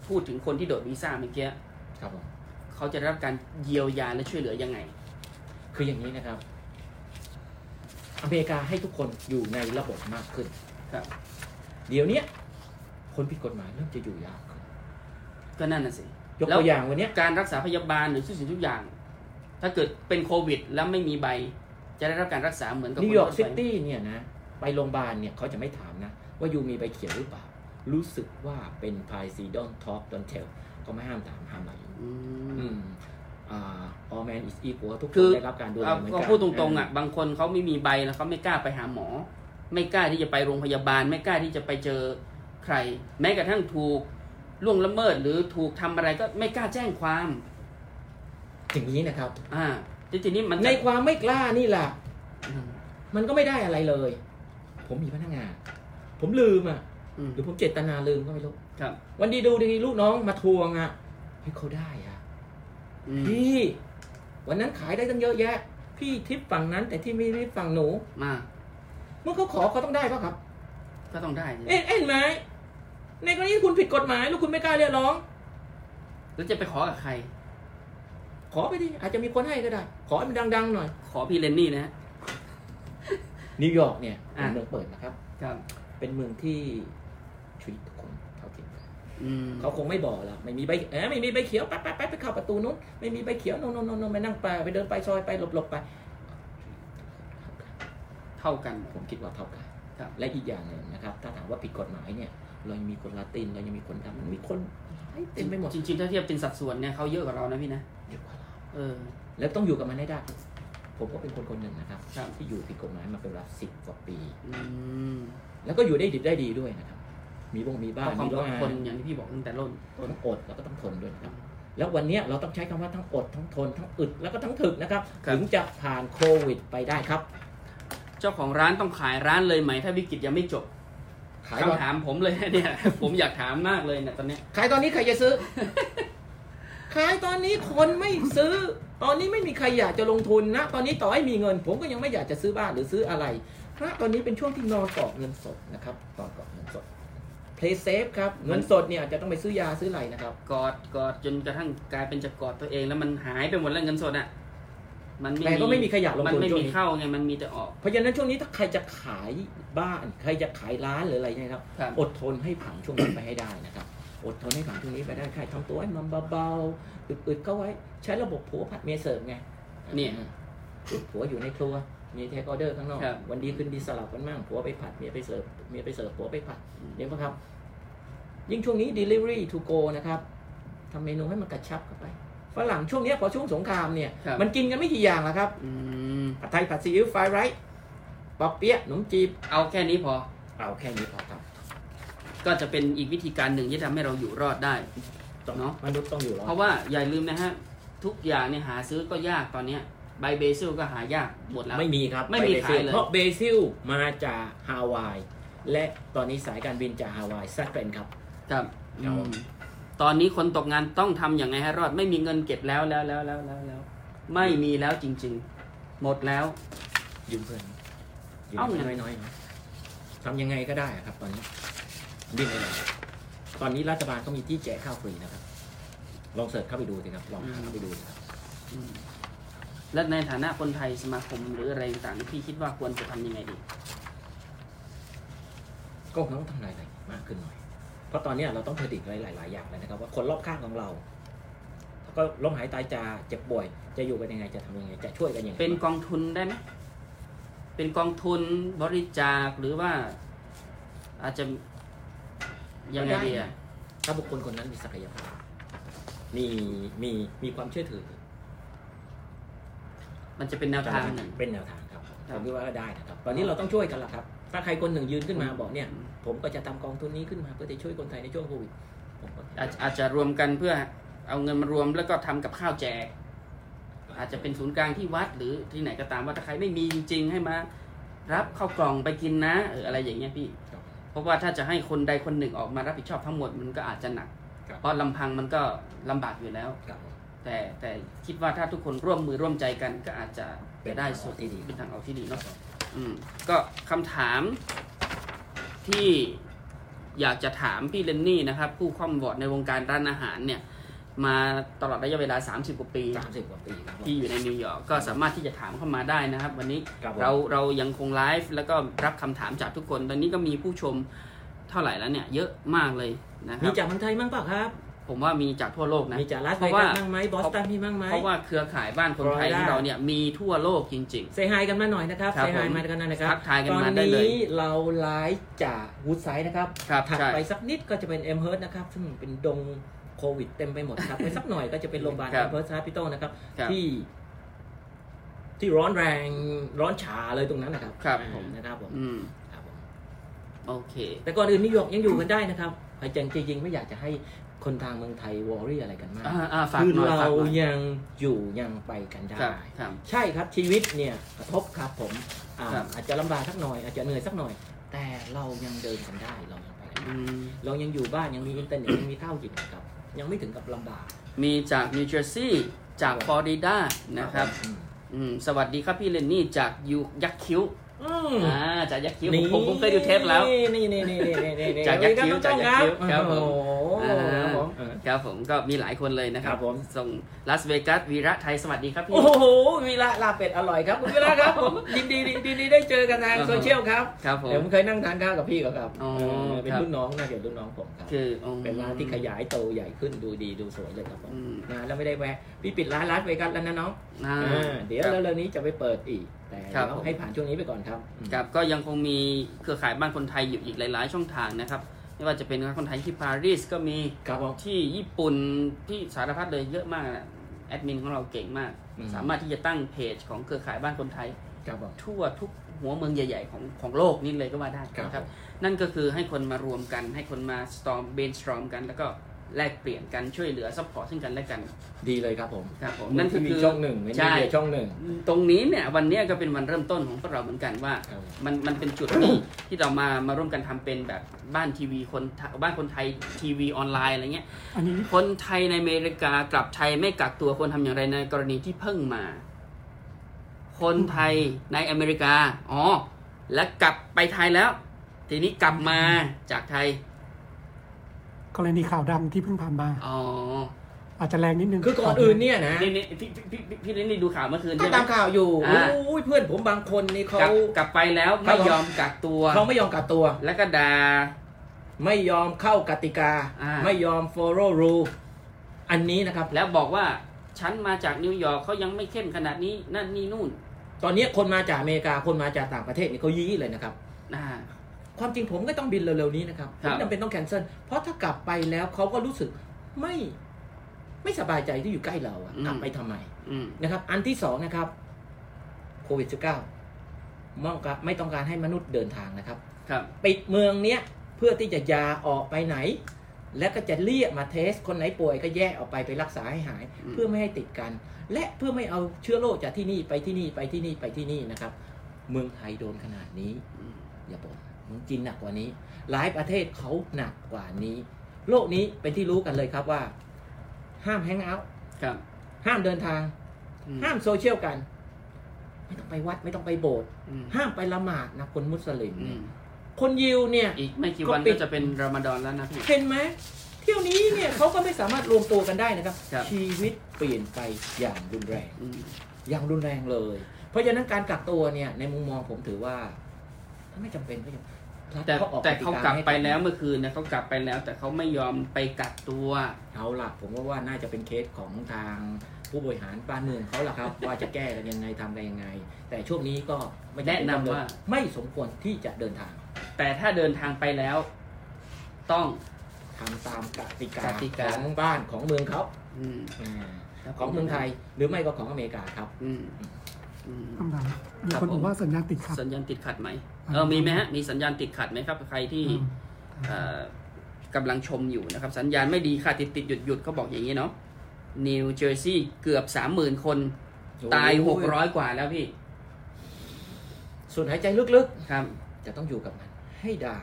Speaker 2: พูดถึงคนที่โดดวีซ่าเมื่อกี้
Speaker 3: ครับผม
Speaker 2: เขาจะได้รับการเยียวยาและช่วยเหลือยังไง
Speaker 3: คืออย่างนี้นะครับ อเมริกาให้ทุกคนอยู่ในระบบมากขึ้น
Speaker 2: ครับ
Speaker 3: เดี๋ยวเนี้ยคนผิดกฎหมายเริ่มจะอยู่ยากขึ้น
Speaker 2: ก็นั่นน่ะสิ
Speaker 3: ยก
Speaker 2: แล้ว
Speaker 3: ตัวอย่างวันเนี้ย
Speaker 2: การรักษาพยาบาลหรือทุกสิ่งทุกอย่าง ถ้าเกิดเป็นโควิด แล้วไม่มีใบ จะได้รับการรักษาเหมือนกับ
Speaker 3: นิ
Speaker 2: ค
Speaker 3: วยอร์ก
Speaker 2: ทั่ว
Speaker 3: ซิ
Speaker 2: ไป
Speaker 3: ตี้เนี่ยนะไปโรงพยาบาลเนี่ยเขาจะไม่ถามนะ ว่ายูมีใบเขียวหรือเปล่า รู้สึกว่าเป็นพายซีดอนท็อปดอนเทลก็ไม่ห้ามถามห้ามอะไรอยู่
Speaker 2: อืม
Speaker 3: อืมอ่าออแมนอิสอีกัวทุกค
Speaker 2: คื
Speaker 3: น
Speaker 2: อ
Speaker 3: ได้รับการดูแล
Speaker 2: เอา
Speaker 3: เหมือน
Speaker 2: ก็
Speaker 3: กัน
Speaker 2: พูดตรงๆอ่ะบางคนเขาไม่มีใบแล้วเขาไม่กล้าไปหาหมอ ไม่กล้าที่จะไปโรงพยาบาล ไม่กล้าที่จะไปเจอใคร แม้กระทั่งถูกล่วงละเมิดหรือถูกทำอะไรก็ไม่กล้าแจ้งความ
Speaker 3: อย่างนี้นะครับ
Speaker 2: อ่าทีทีนี้มันจะ
Speaker 3: ในความไม่กล้านี่แหละ
Speaker 2: อืม
Speaker 3: มันก็ไม่ได้อะไรเลย ผมมีพนักงาน ผมลืมอ่ะ
Speaker 2: อืม
Speaker 3: หรือผมเจตนาลืมก็ไม่รู้
Speaker 2: ครับ
Speaker 3: วันดีดูดีลูกน้องมาทวงอ่ะเฮ้ยเขาได้อ่ะ
Speaker 2: อืม
Speaker 3: พี่ วันนั้นขายได้ตั้งเยอะแยะ พี่ทิปฝั่งนั้น แต่ที่ไม่ทิปฝั่งหนู
Speaker 2: มา
Speaker 3: เมื่อเขาขอเขาต้องได้ป่ะครับ
Speaker 2: ก็ต้องได้สิ
Speaker 3: เอ็นเอ็นไหมในกรณีที่คุณผิดกฎหมายแล้วคุณไม่กล้าเรียกร้อง
Speaker 2: แล้วจะไปขอกับใคร
Speaker 3: ขอไปดิอาจจะมีคนให้ก็ได้ ขอให้มันดังๆหน่อย
Speaker 2: ขอพี่เลนนี่นะฮะ
Speaker 3: นิวยอร์กเนี่ย
Speaker 2: อ่ะ
Speaker 3: เป็นเมืองเปิดนะครับ
Speaker 2: ครับ
Speaker 3: เป็นเมืองที่ชีวิตทุกคนเท่าเทียมกัน
Speaker 2: อืม
Speaker 3: เขาคงไม่บอกละไม่มีใบเออไม่มีใบเขียวไปไปไปไปเข้าประตูนู้นไม่มีใบเขียวโนนโนนโน่นโนนไปนั่งไปไปเดินไปซอยไปหลบหลบไป
Speaker 2: เท่ากันหมด
Speaker 3: ผมคิดว่าเท่ากัน
Speaker 2: ครับ
Speaker 3: และอีกอย่างหนึ่งนะครับ ถ้าถามว่าผิดกฎหมายเนี่ย เรายังมีคนลาติน เรายังมีคนดำมันมีคนหลายเต็มไปหมด
Speaker 2: จริงๆถ้าเทียบเป็นสัดส่วนเนี่ยเขาเยอะกว่าเรานะพี่นะ
Speaker 3: เดี๋ยวกว่าเรา
Speaker 2: เออ
Speaker 3: แล้วต้องอยู่กับมันให้ได้ ผมก็เป็นคนคนหนึ่งนะครับ
Speaker 2: ครับ
Speaker 3: ที่อยู่ผิดกฎหมายมาเป็นเวลาสิบกว่าปี
Speaker 2: อืม
Speaker 3: แล้วก็อยู่ได้ดีได้ดีด้วยนะครับ มีบ้งมี
Speaker 2: เพ
Speaker 3: บ้าน
Speaker 2: ราะความ
Speaker 3: มี
Speaker 2: อ
Speaker 3: โร
Speaker 2: ด
Speaker 3: งงาน
Speaker 2: ทนอย่างที่พี่บอกตั้งแต่ต้น
Speaker 3: ต้องอดแล้วก็ต้องทนด้วยนะครับ แล้ววันเนี้ยเราต้องใช้คำว่าทั้งอดทั้งทนทั้งอึดแล้วก็ทั้งถึกนะครับ
Speaker 2: ครับ
Speaker 3: ถึงจะผ่านโควิดไปได้ครับ
Speaker 2: เจ้าของร้านต้องขายร้านเลยไหม ถ้าวิกฤตยังไม่จบ
Speaker 3: ขายตอน
Speaker 2: คำถามผมเลยนะเนี่ย ผมอยากถามมากเลยเนี่ยตอนเนี้ย
Speaker 3: ขายตอนนี้ใครจะซื้อ ขายตอนนี้คนไม่ซื้อ ตอนนี้ไม่มีใครอยากจะลงทุนนะ ตอนนี้ต่อให้มีเงิน ผมก็ยังไม่อยากจะซื้อบ้านหรือซื้ออะไรเพราะตอนนี้เป็นช่วงที่นอนกอบเงินสดนะครับนอนกอบเงินสด แพ play safe ครับ เงินสดเนี่ยอาจจะต้องไปซื้อยาซื้ออะไรนะครับ
Speaker 2: กอดกอดจนกระทั่งกลายเป็นจะกอดตัวเองแล้วมันหายไปหมดแล้วเงินสดอ่ะมันไม่
Speaker 3: แต่ก็ไม่มีขยะลง
Speaker 2: มัน
Speaker 3: ทุน
Speaker 2: ไม่
Speaker 3: ช่ว
Speaker 2: มี
Speaker 3: งนี้
Speaker 2: เข้าไงมันมีแต่ออก
Speaker 3: เพราะฉะนั้นช่วงนี้ถ้าใครจะขายบ้าน ใครจะขายร้านหรืออะไรเนี่ยครับ
Speaker 2: ครับ
Speaker 3: อดทนให้ผ่านช่วงนี้ไปให้ได้นะครับ อดทนให้ผ่านช่วงนี้ไปได้ใครทำตัวให้มันเบาๆอึดๆเข้าไว้ ใช้ระบบผัวผัดเมียเสิร์ฟไง
Speaker 2: เนี่ย
Speaker 3: ผัวอยู่ในครัวเมียเทคออเดอร์ข้างนอก
Speaker 2: ครับ
Speaker 3: วันดีขึ้นดีสลับกันบ้างผัวไปผัดเมียไปเสิร์ฟเมียไปเสิร์ฟผัวไปผัดเนี่ยปะครับ ยิ่งช่วงนี้ delivery to go นะครับทำเมนูให้มันกระชับเข้าไปฝรั่งช่วงเนี้ยพอช่วงสงครามเนี่ย
Speaker 2: ครับ
Speaker 3: มันกินกันไม่กี่อย่างละครับ
Speaker 2: อืม
Speaker 3: ผัดไทยผัดซีอิ๊วฟรายไรซ์ป๊อปเปี๊ยะขนมจีบ
Speaker 2: เอาแค่นี้พอ
Speaker 3: เอาแค่นี้พอครับ
Speaker 2: ก็จะเป็นอีกวิธีการหนึ่งที่ทำให้เราอยู่รอดได้
Speaker 3: ต้อง
Speaker 2: เนอะ
Speaker 3: มนุษย์ต้องอยู่ร
Speaker 2: เพ
Speaker 3: อด
Speaker 2: ราะว่าอย่าลืมนะฮะ ทุกอย่างเนี่ยหาซื้อก็ยากตอนเนี้ยใบเบซิลก็หายากหมดแล้ว
Speaker 3: ไม่มีครับ
Speaker 2: ไม่มี
Speaker 3: ปบ
Speaker 2: ขายเลย
Speaker 3: เพราะเบซิลมาจากฮาวาย และตอนนี้สายการบินจากฮาวายซัดเป็นครับ
Speaker 2: ครับ
Speaker 3: ครับ
Speaker 2: อืมตอนนี้คนตกงานต้องทำอย่างไงให้รอด ไม่มีเงินเก็บแล้วแล้วแล้วแล้วแล้วแล้วไม่มีแล้วจริง ๆ หมดแล้ว
Speaker 3: ยืมเพื่อนยืม
Speaker 2: เอ้า
Speaker 3: เพื่อนน้อยๆนะทำยังไงก็ได้อะครับ ตอนนี้ดิ้นไม่ได้ตอนนี้รัฐบาลก็มีที่แจกข้าวฟรีนะครับ ลองเสิร์ชเข้าไปดูสิครับลองหาเข้าไปดูสิครับ
Speaker 2: อืมและในฐานะคนไทยสมาคมหรืออะไรต่างๆพี่คิดว่าควรจะทำยังไงดี
Speaker 3: ก็คงต้องทำรายละเอียดมากขึ้นหน่อย เพราะตอนนี้เราต้องพิจิตรหลายๆอย่างเลยนะครับ ว่าคนรอบข้างของเราถ้าก็ล้มหายตายจากเจ็บป่วย จะอยู่กันยังไงจะทำยังไง จะช่วยกันยังไง
Speaker 2: เป็นกองทุนได้ไหมเป็นกองทุนบริจาคหรือว่า อาจจะยังไงดีอะ
Speaker 3: ถ้าบุคคลคนนั้นมีศักยภาพ มี มี มีความเชื่อถือ
Speaker 2: มันจะเป็นแนวทางหนึ่ง
Speaker 3: เป็นแนวทางครับ
Speaker 2: ค
Speaker 3: ผ
Speaker 2: รับ
Speaker 3: มคิดว่าก็ได้นะครับ ตอนนี้เราต้องช่วยกันละครับ ถ้าใครคนหนึ่งยืนขึ้นมา
Speaker 2: อืม
Speaker 3: บอกเนี่ย ผมก็จะทำกองทุนนี้ขึ้นมาเพื่อจะช่วยคนไทยในช่วงโควิดผมก็
Speaker 2: อาจอาจจะรวมกันเพื่อเอาเงินมารวมแล้วก็ทำกับข้าวแจก อาจจะเป็นศูนย์กลางที่วัดหรือที่ไหนก็ตามว่าถ้าใครไม่มีจริง ๆ ให้มา รับข้าวกล่องไปกินนะเอออะไรอย่างเงี้ยพี่
Speaker 3: ครับ
Speaker 2: เพราะว่าถ้าจะให้คนใดคนหนึ่งออกมารับผิดชอบทั้งหมดมันก็อาจจะหนัก
Speaker 3: ครับ
Speaker 2: เพราะลำพังมันก็ลำบากอยู่แล้ว
Speaker 3: ครับผม
Speaker 2: แต่แต่คิดว่าถ้าทุกคนร่วมมือร่วมใจกันก็อาจจะไปได้สุด
Speaker 3: เป็นทางออก
Speaker 2: เป็นทางออก
Speaker 3: ที่ดี
Speaker 2: ที่ดี
Speaker 3: ครั
Speaker 2: เนาะ
Speaker 3: บผม
Speaker 2: อืมก็คำถามที่อยากจะถามพี่เลนนี่นะครับ ผู้คว่ำวอดในวงการร้านอาหารเนี่ย มาตลอดระยะเวลา 30 กว่าปี
Speaker 3: สามสิบกว่าปีครับผม
Speaker 2: ที่อยู่ในนิวยอร์กก็สามารถที่จะถามเข้ามาได้นะครับ วันนี้
Speaker 3: ครับผม
Speaker 2: เราเรายังคงไลฟ์แล้วก็รับคำถามจากทุกคน ตอนนี้ก็มีผู้ชมเท่าไหร่แล้วเนี่ย เยอะมากเลยนะค
Speaker 3: มี
Speaker 2: รับ
Speaker 3: จากเมืองไทยมั้งเปล่าครับ
Speaker 2: ผมว่ามีจากทั่วโลกนะ
Speaker 3: มีจากลาส
Speaker 2: เพ
Speaker 3: เว
Speaker 2: ราะว่า
Speaker 3: กัสมั้งไหมบอสตันมีมั้งไหม
Speaker 2: เพราะว่าเครือข่ายบ้านคนไทยของเราเนี่ยมีทั่วโลกจริง
Speaker 3: เซฮายกันมาหน่อยนะครับ
Speaker 2: ครับ
Speaker 3: เซฮาย
Speaker 2: ผม
Speaker 3: มากันหน่อยนะครับ
Speaker 2: ทักทายกัน
Speaker 3: ตอน
Speaker 2: มาได้เลย
Speaker 3: นี้เราไลฟ์จากวูดไซด์นะครับ
Speaker 2: ครับ
Speaker 3: ถัด
Speaker 2: ใช่
Speaker 3: ไปสักนิดก็จะเป็นเอ็มเฮิร์นะครับ ซึ่งเป็นดงโควิดเต็มไปหมดครับ ไปสักหน่อยก็จะเป็นโรงพยาบาล
Speaker 2: ครั
Speaker 3: เอ็
Speaker 2: บ
Speaker 3: มเฮิร์สฮาร์พิโตนะครับ
Speaker 2: ครับ
Speaker 3: ที่ ที่ร้อนแรงร้อนฉาเลยตรงนั้นนะครับ
Speaker 2: ครับผม
Speaker 3: นะครับผม
Speaker 2: ๆ อืม
Speaker 3: ครับผม
Speaker 2: โอเค
Speaker 3: แต่ก่อนอื่นนิวยอร์กยังอยู่กันได้นะครับไอ้จริงจริงๆไม่อยากจะให้คนทางเมืองไทยวอรี่อะไรกันมาก
Speaker 2: อ่าอ่าฝาก
Speaker 3: คือ
Speaker 2: หน่อยฝา
Speaker 3: เรา
Speaker 2: กหน่อย
Speaker 3: ยังอยู่ยังไปกันได้
Speaker 2: ครับครับ
Speaker 3: ใช่ครับชีวิตเนี่ยกระทบครับผมอา
Speaker 2: ครับ
Speaker 3: อาจจะลำบากสักหน่อยอาจจะเหนื่อยสักหน่อย แต่เรายังเดินกันได้เรายังไปกันได้
Speaker 2: อืม
Speaker 3: เรายังอยู่บ้านยังมีอินเทอร์เน็ตยังมีข้าวกินครับ ยังไม่ถึงกับลำบาก
Speaker 2: มีจากนิวเจอร์ซีย์จากฟลอริดานะครับ
Speaker 3: อืม
Speaker 2: อืมสวัสดีครับพี่เลนนี่จากยูยักษ์คิ้ว
Speaker 3: อืม
Speaker 2: อ่าจากยักษ์คิ้วผมผมผมเคยดูเทปแล้ว
Speaker 3: นี่นี่นี่นี่นี่นี่
Speaker 2: จากยักษ์คิ้วจากยักษ์คิ้วครับผม
Speaker 3: โอ้โหครับผมเออ
Speaker 2: ครับผมก็มีหลายคนเลยนะครั
Speaker 3: ครับ บผม
Speaker 2: ส่งลาสเวกัสวีระไทยสวัสดีครับพี่
Speaker 3: โอ้โหวีระลาเป็ดอร่อยครับคุณวีระครับผมยินดีดีดีดีได้เจอกันทางโซเชียลครับ
Speaker 2: ครับผม
Speaker 3: เดี๋ยวผมเคยนั่งทานข้าวกับพี่เขาครับ
Speaker 2: อ๋อ
Speaker 3: เออเป็น
Speaker 2: ครับ
Speaker 3: รุ่นน้องนะเดี๋ยวรุ่นน้องผมครับ
Speaker 2: คืออืม
Speaker 3: เป็นร้านที่ขยายโตใหญ่ขึ้นดูดีดูสวยเลยครับผม
Speaker 2: อืม
Speaker 3: นะแล้วไม่ได้แวะพี่ปิดร้านร้านเวกัสแล้วนะน้อง
Speaker 2: อ่า
Speaker 3: อ่าเดี๋ยวเร็วๆนี้จะไปเปิดอีก แต่
Speaker 2: ครับ
Speaker 3: เดี๋ยว
Speaker 2: ผม
Speaker 3: ให้ผ่านช่วงนี้ไปก่อนครับ
Speaker 2: ครับก็ยังคงมีเครือข่ายบ้านคนไทยอยู่อีกหลาย ๆ ช่องทางนะครับ ไม่ว่าจะเป็นคนไทยที่ปารีสก็มี
Speaker 3: ครับผม
Speaker 2: ที่ญี่ปุ่นที่สารพัดเลยเยอะมากนะแอดมินของเราเก่งมาก
Speaker 3: อืม
Speaker 2: สามารถที่จะตั้งเพจของเครือข่ายบ้านคนไทย
Speaker 3: ครับผม
Speaker 2: ทั่วทุกหัวเมืองใหญ่ ๆ ของของโลกนี่เลยก็ว่าได้
Speaker 3: ครับ
Speaker 2: นะครับ นั่นก็คือให้คนมารวมกัน ให้คนมาสตอมเบนสตรอมกัน แล้วก็แลกเปลี่ยนกันช่วยเหลือซัพพอร์ตซึ่งกันและกัน
Speaker 3: ดีเลยครับผม
Speaker 2: ครับผมนั่น
Speaker 3: ที่มี
Speaker 2: คือ
Speaker 3: ช่องหนึ่งไม่
Speaker 2: ใช่
Speaker 3: ใช่ช่องหนึ่ง
Speaker 2: ตรงนี้เนี่ยวันเนี้ยก็เป็นวันเริ่มต้นของพวกเราเหมือนกันว่า
Speaker 3: ครับ
Speaker 2: มันมันเป็นจุดที่ ที่เรามามาร่วมกันทำเป็นแบบบ้านทีวีคนไทยบ้านคนไทยทีวีออนไลน์อะไรเงี้ยคนไทยในอเมริกากลับไทยไม่กักตัวควรทำอย่างไรในกรณีที่เพิ่งมา คนไทยในอเมริกาอ๋อและกลับไปไทยแล้ว ทีนี้กลับมาจากไทย
Speaker 1: กรณีข่าวดังที่เพิ่งผ่านมา
Speaker 2: อ๋อ
Speaker 1: อาจจะแรงนิดนึง
Speaker 3: คือก่อนอื่นเนี่ยนะ
Speaker 2: นี่นี่พี่พี่พี่พี่นี่ดูข่าวเมื่อคืน
Speaker 3: ก็
Speaker 2: ใช่ไหม
Speaker 3: ตามข่าวอยู่
Speaker 2: อ่า
Speaker 3: โอ้ยเพื่อนผมบางคนนี่เขา
Speaker 2: กลับกลับไปแล้ว
Speaker 3: ครั
Speaker 2: ไม่
Speaker 3: บผม
Speaker 2: ยอมกักตัว
Speaker 3: เขาไม่ยอมกักตัว
Speaker 2: แล้วก็ด่า
Speaker 3: ไม่ยอมเข้ากติกา
Speaker 2: อ่า
Speaker 3: ไม่ยอม follow rule อันนี้นะครับ
Speaker 2: แล้วบอกว่าฉันมาจากนิวยอร์กเขายังไม่เข้มขนาดนี้นั่นนี่นู่น
Speaker 3: ตอนนี้คนมาจากอเมริกาคนมาจากต่างประเทศนี่เขายี้เลยนะครับ
Speaker 2: อ่า
Speaker 3: ความจริงผมก็ต้องบินเร็วๆนี้นะครับผ
Speaker 2: ครั
Speaker 3: ม
Speaker 2: บ
Speaker 3: จำเป็นต้องแคนเซิลเพราะถ้ากลับไปแล้วเขาก็รู้สึกไม่ไม่สบายใจที่อยู่ใกล้เราอะกลับไปทำไม
Speaker 2: อืม
Speaker 3: นะครับ อันที่สองนะครับโควิด -19 ไม่ต้องการไม่ต้องการให้มนุษย์เดินทางนะครับ
Speaker 2: ครับ
Speaker 3: ปิดเมืองเนี้ยเพื่อที่จะยาออกไปไหน และก็จะเรียกมาเทสคนไหนป่วยก็แยกออกไปไปรักษาให้หาย
Speaker 2: อืม
Speaker 3: เพื่อไม่ให้ติดกัน และเพื่อไม่เอาเชื้อโรคจากที่นี่ไปที่นี่ไปที่นี่ไปที่นี่นะครับ เมืองไทยโดนขนาดนี้
Speaker 2: อืม
Speaker 3: อย่าบ่นเมืองจีนหนักกว่านี้ หลายประเทศเขาหนักกว่านี้ โลกนี้เป็นที่รู้กันเลยครับว่า ห้ามแฮงเอาท์
Speaker 2: ครับ
Speaker 3: ห้ามเดินทาง
Speaker 2: อืม
Speaker 3: ห้ามโซเชียลกัน ไม่ต้องไปวัดไม่ต้องไปโบสถ์
Speaker 2: อืม
Speaker 3: ห้ามไปละหมาดนะคนมุสลิม
Speaker 2: อื
Speaker 3: เนี่ย
Speaker 2: ม
Speaker 3: คนยิวเนี่ย
Speaker 2: อีกไม่กี่วัน
Speaker 3: ก็ปิ
Speaker 2: ก็
Speaker 3: ด
Speaker 2: จะเป็นรอมฎอนแล้วนะพี่
Speaker 3: เห็นไหมเที่ยวนี้เนี่ยเขาก็ไม่สามารถรวมตัวกันได้นะครับ
Speaker 2: ครับ
Speaker 3: ชีวิตเปลี่ยนไปอย่างรุนแรง
Speaker 2: อืม
Speaker 3: อย่างรุนแรงเลย เพราะฉะนั้นการกักตัวเนี่ยในมุมมองผมถือว่าไม่จำเป็นก็ยังรัฐ
Speaker 2: แต่
Speaker 3: ขออก
Speaker 2: แต่เขากลับ
Speaker 3: ให้
Speaker 2: ไปแล้วเมื่อคืนนะเขากลับไปแล้ว แต่เขาไม่ยอมไปกักตัว
Speaker 3: เอาล่ะผมว่าว่าน่าจะเป็นเคสของทางผู้บริหารบ้านเมืองเขาล่ะ ครับ ว่าจะแก้กันยังไงทำกันยังไง แต่ช่วงนี้ก็ไม่จำเป็
Speaker 2: แนะนำว่า
Speaker 3: ไม่สมควรที่จะเดินทาง
Speaker 2: แต่ถ้าเดินทางไปแล้ว ต้อง
Speaker 3: ทำตามกติกาก
Speaker 2: ติกา
Speaker 3: ของบ้านของเมืองเขา
Speaker 2: อืม
Speaker 3: อืมของเมืองไทยหรือไม่ก็ของอเมริกาครับ
Speaker 2: อืมอืม
Speaker 1: คำถามมี
Speaker 2: ครับ
Speaker 1: คนบอ
Speaker 2: ผ
Speaker 1: ก
Speaker 2: ม
Speaker 1: ว่าสัญญาณติดขัด
Speaker 2: สัญญาณติดขัดไหม
Speaker 1: อืม
Speaker 2: เออมีไหมฮะ มีสัญญาณติดขัดไหมครับ ใครที่
Speaker 1: อืม
Speaker 2: เอ่อกำลังชมอยู่นะครับ สัญญาณไม่ดีค่ะ ติดติดหยุดหยุดเขาบอกอย่างนี้เนาะนิวเจอร์ซีย์เกือบสามหมื่นคน ตายหกร้อยกว่าแล้วพี่
Speaker 3: สูดหายใจลึก
Speaker 2: ครับ
Speaker 3: ๆ จะต้องอยู่กับมันให้ได้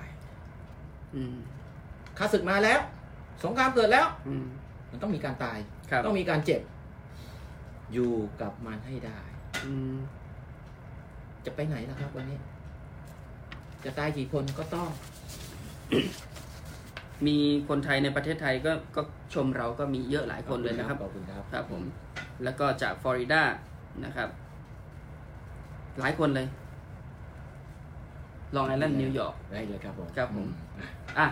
Speaker 2: อืม
Speaker 3: ข้าศึกมาแล้ว สงครามเกิดแล้ว
Speaker 2: อืม
Speaker 3: มันต้องมีการตาย
Speaker 2: ครับ
Speaker 3: ต้องมีการเจ็บ อยู่กับมันให้ได้
Speaker 2: อืม
Speaker 3: จะไปไหนล่ะครับวันนี้ จะตายกี่คนก็ต้อง
Speaker 2: มีคนไทยในประเทศไทยก็ก็ชมเราก็มีเยอะหลายคนเลยนะครับ
Speaker 3: ขอบคุณครับ
Speaker 2: ครับผม แล้วก็จากฟลอริดานะครับ หลายคนเลย ลองไอแลนด์นิวยอร์ก
Speaker 3: ได้เลยครับผม
Speaker 2: ครับผม
Speaker 3: อื
Speaker 2: อ่ะ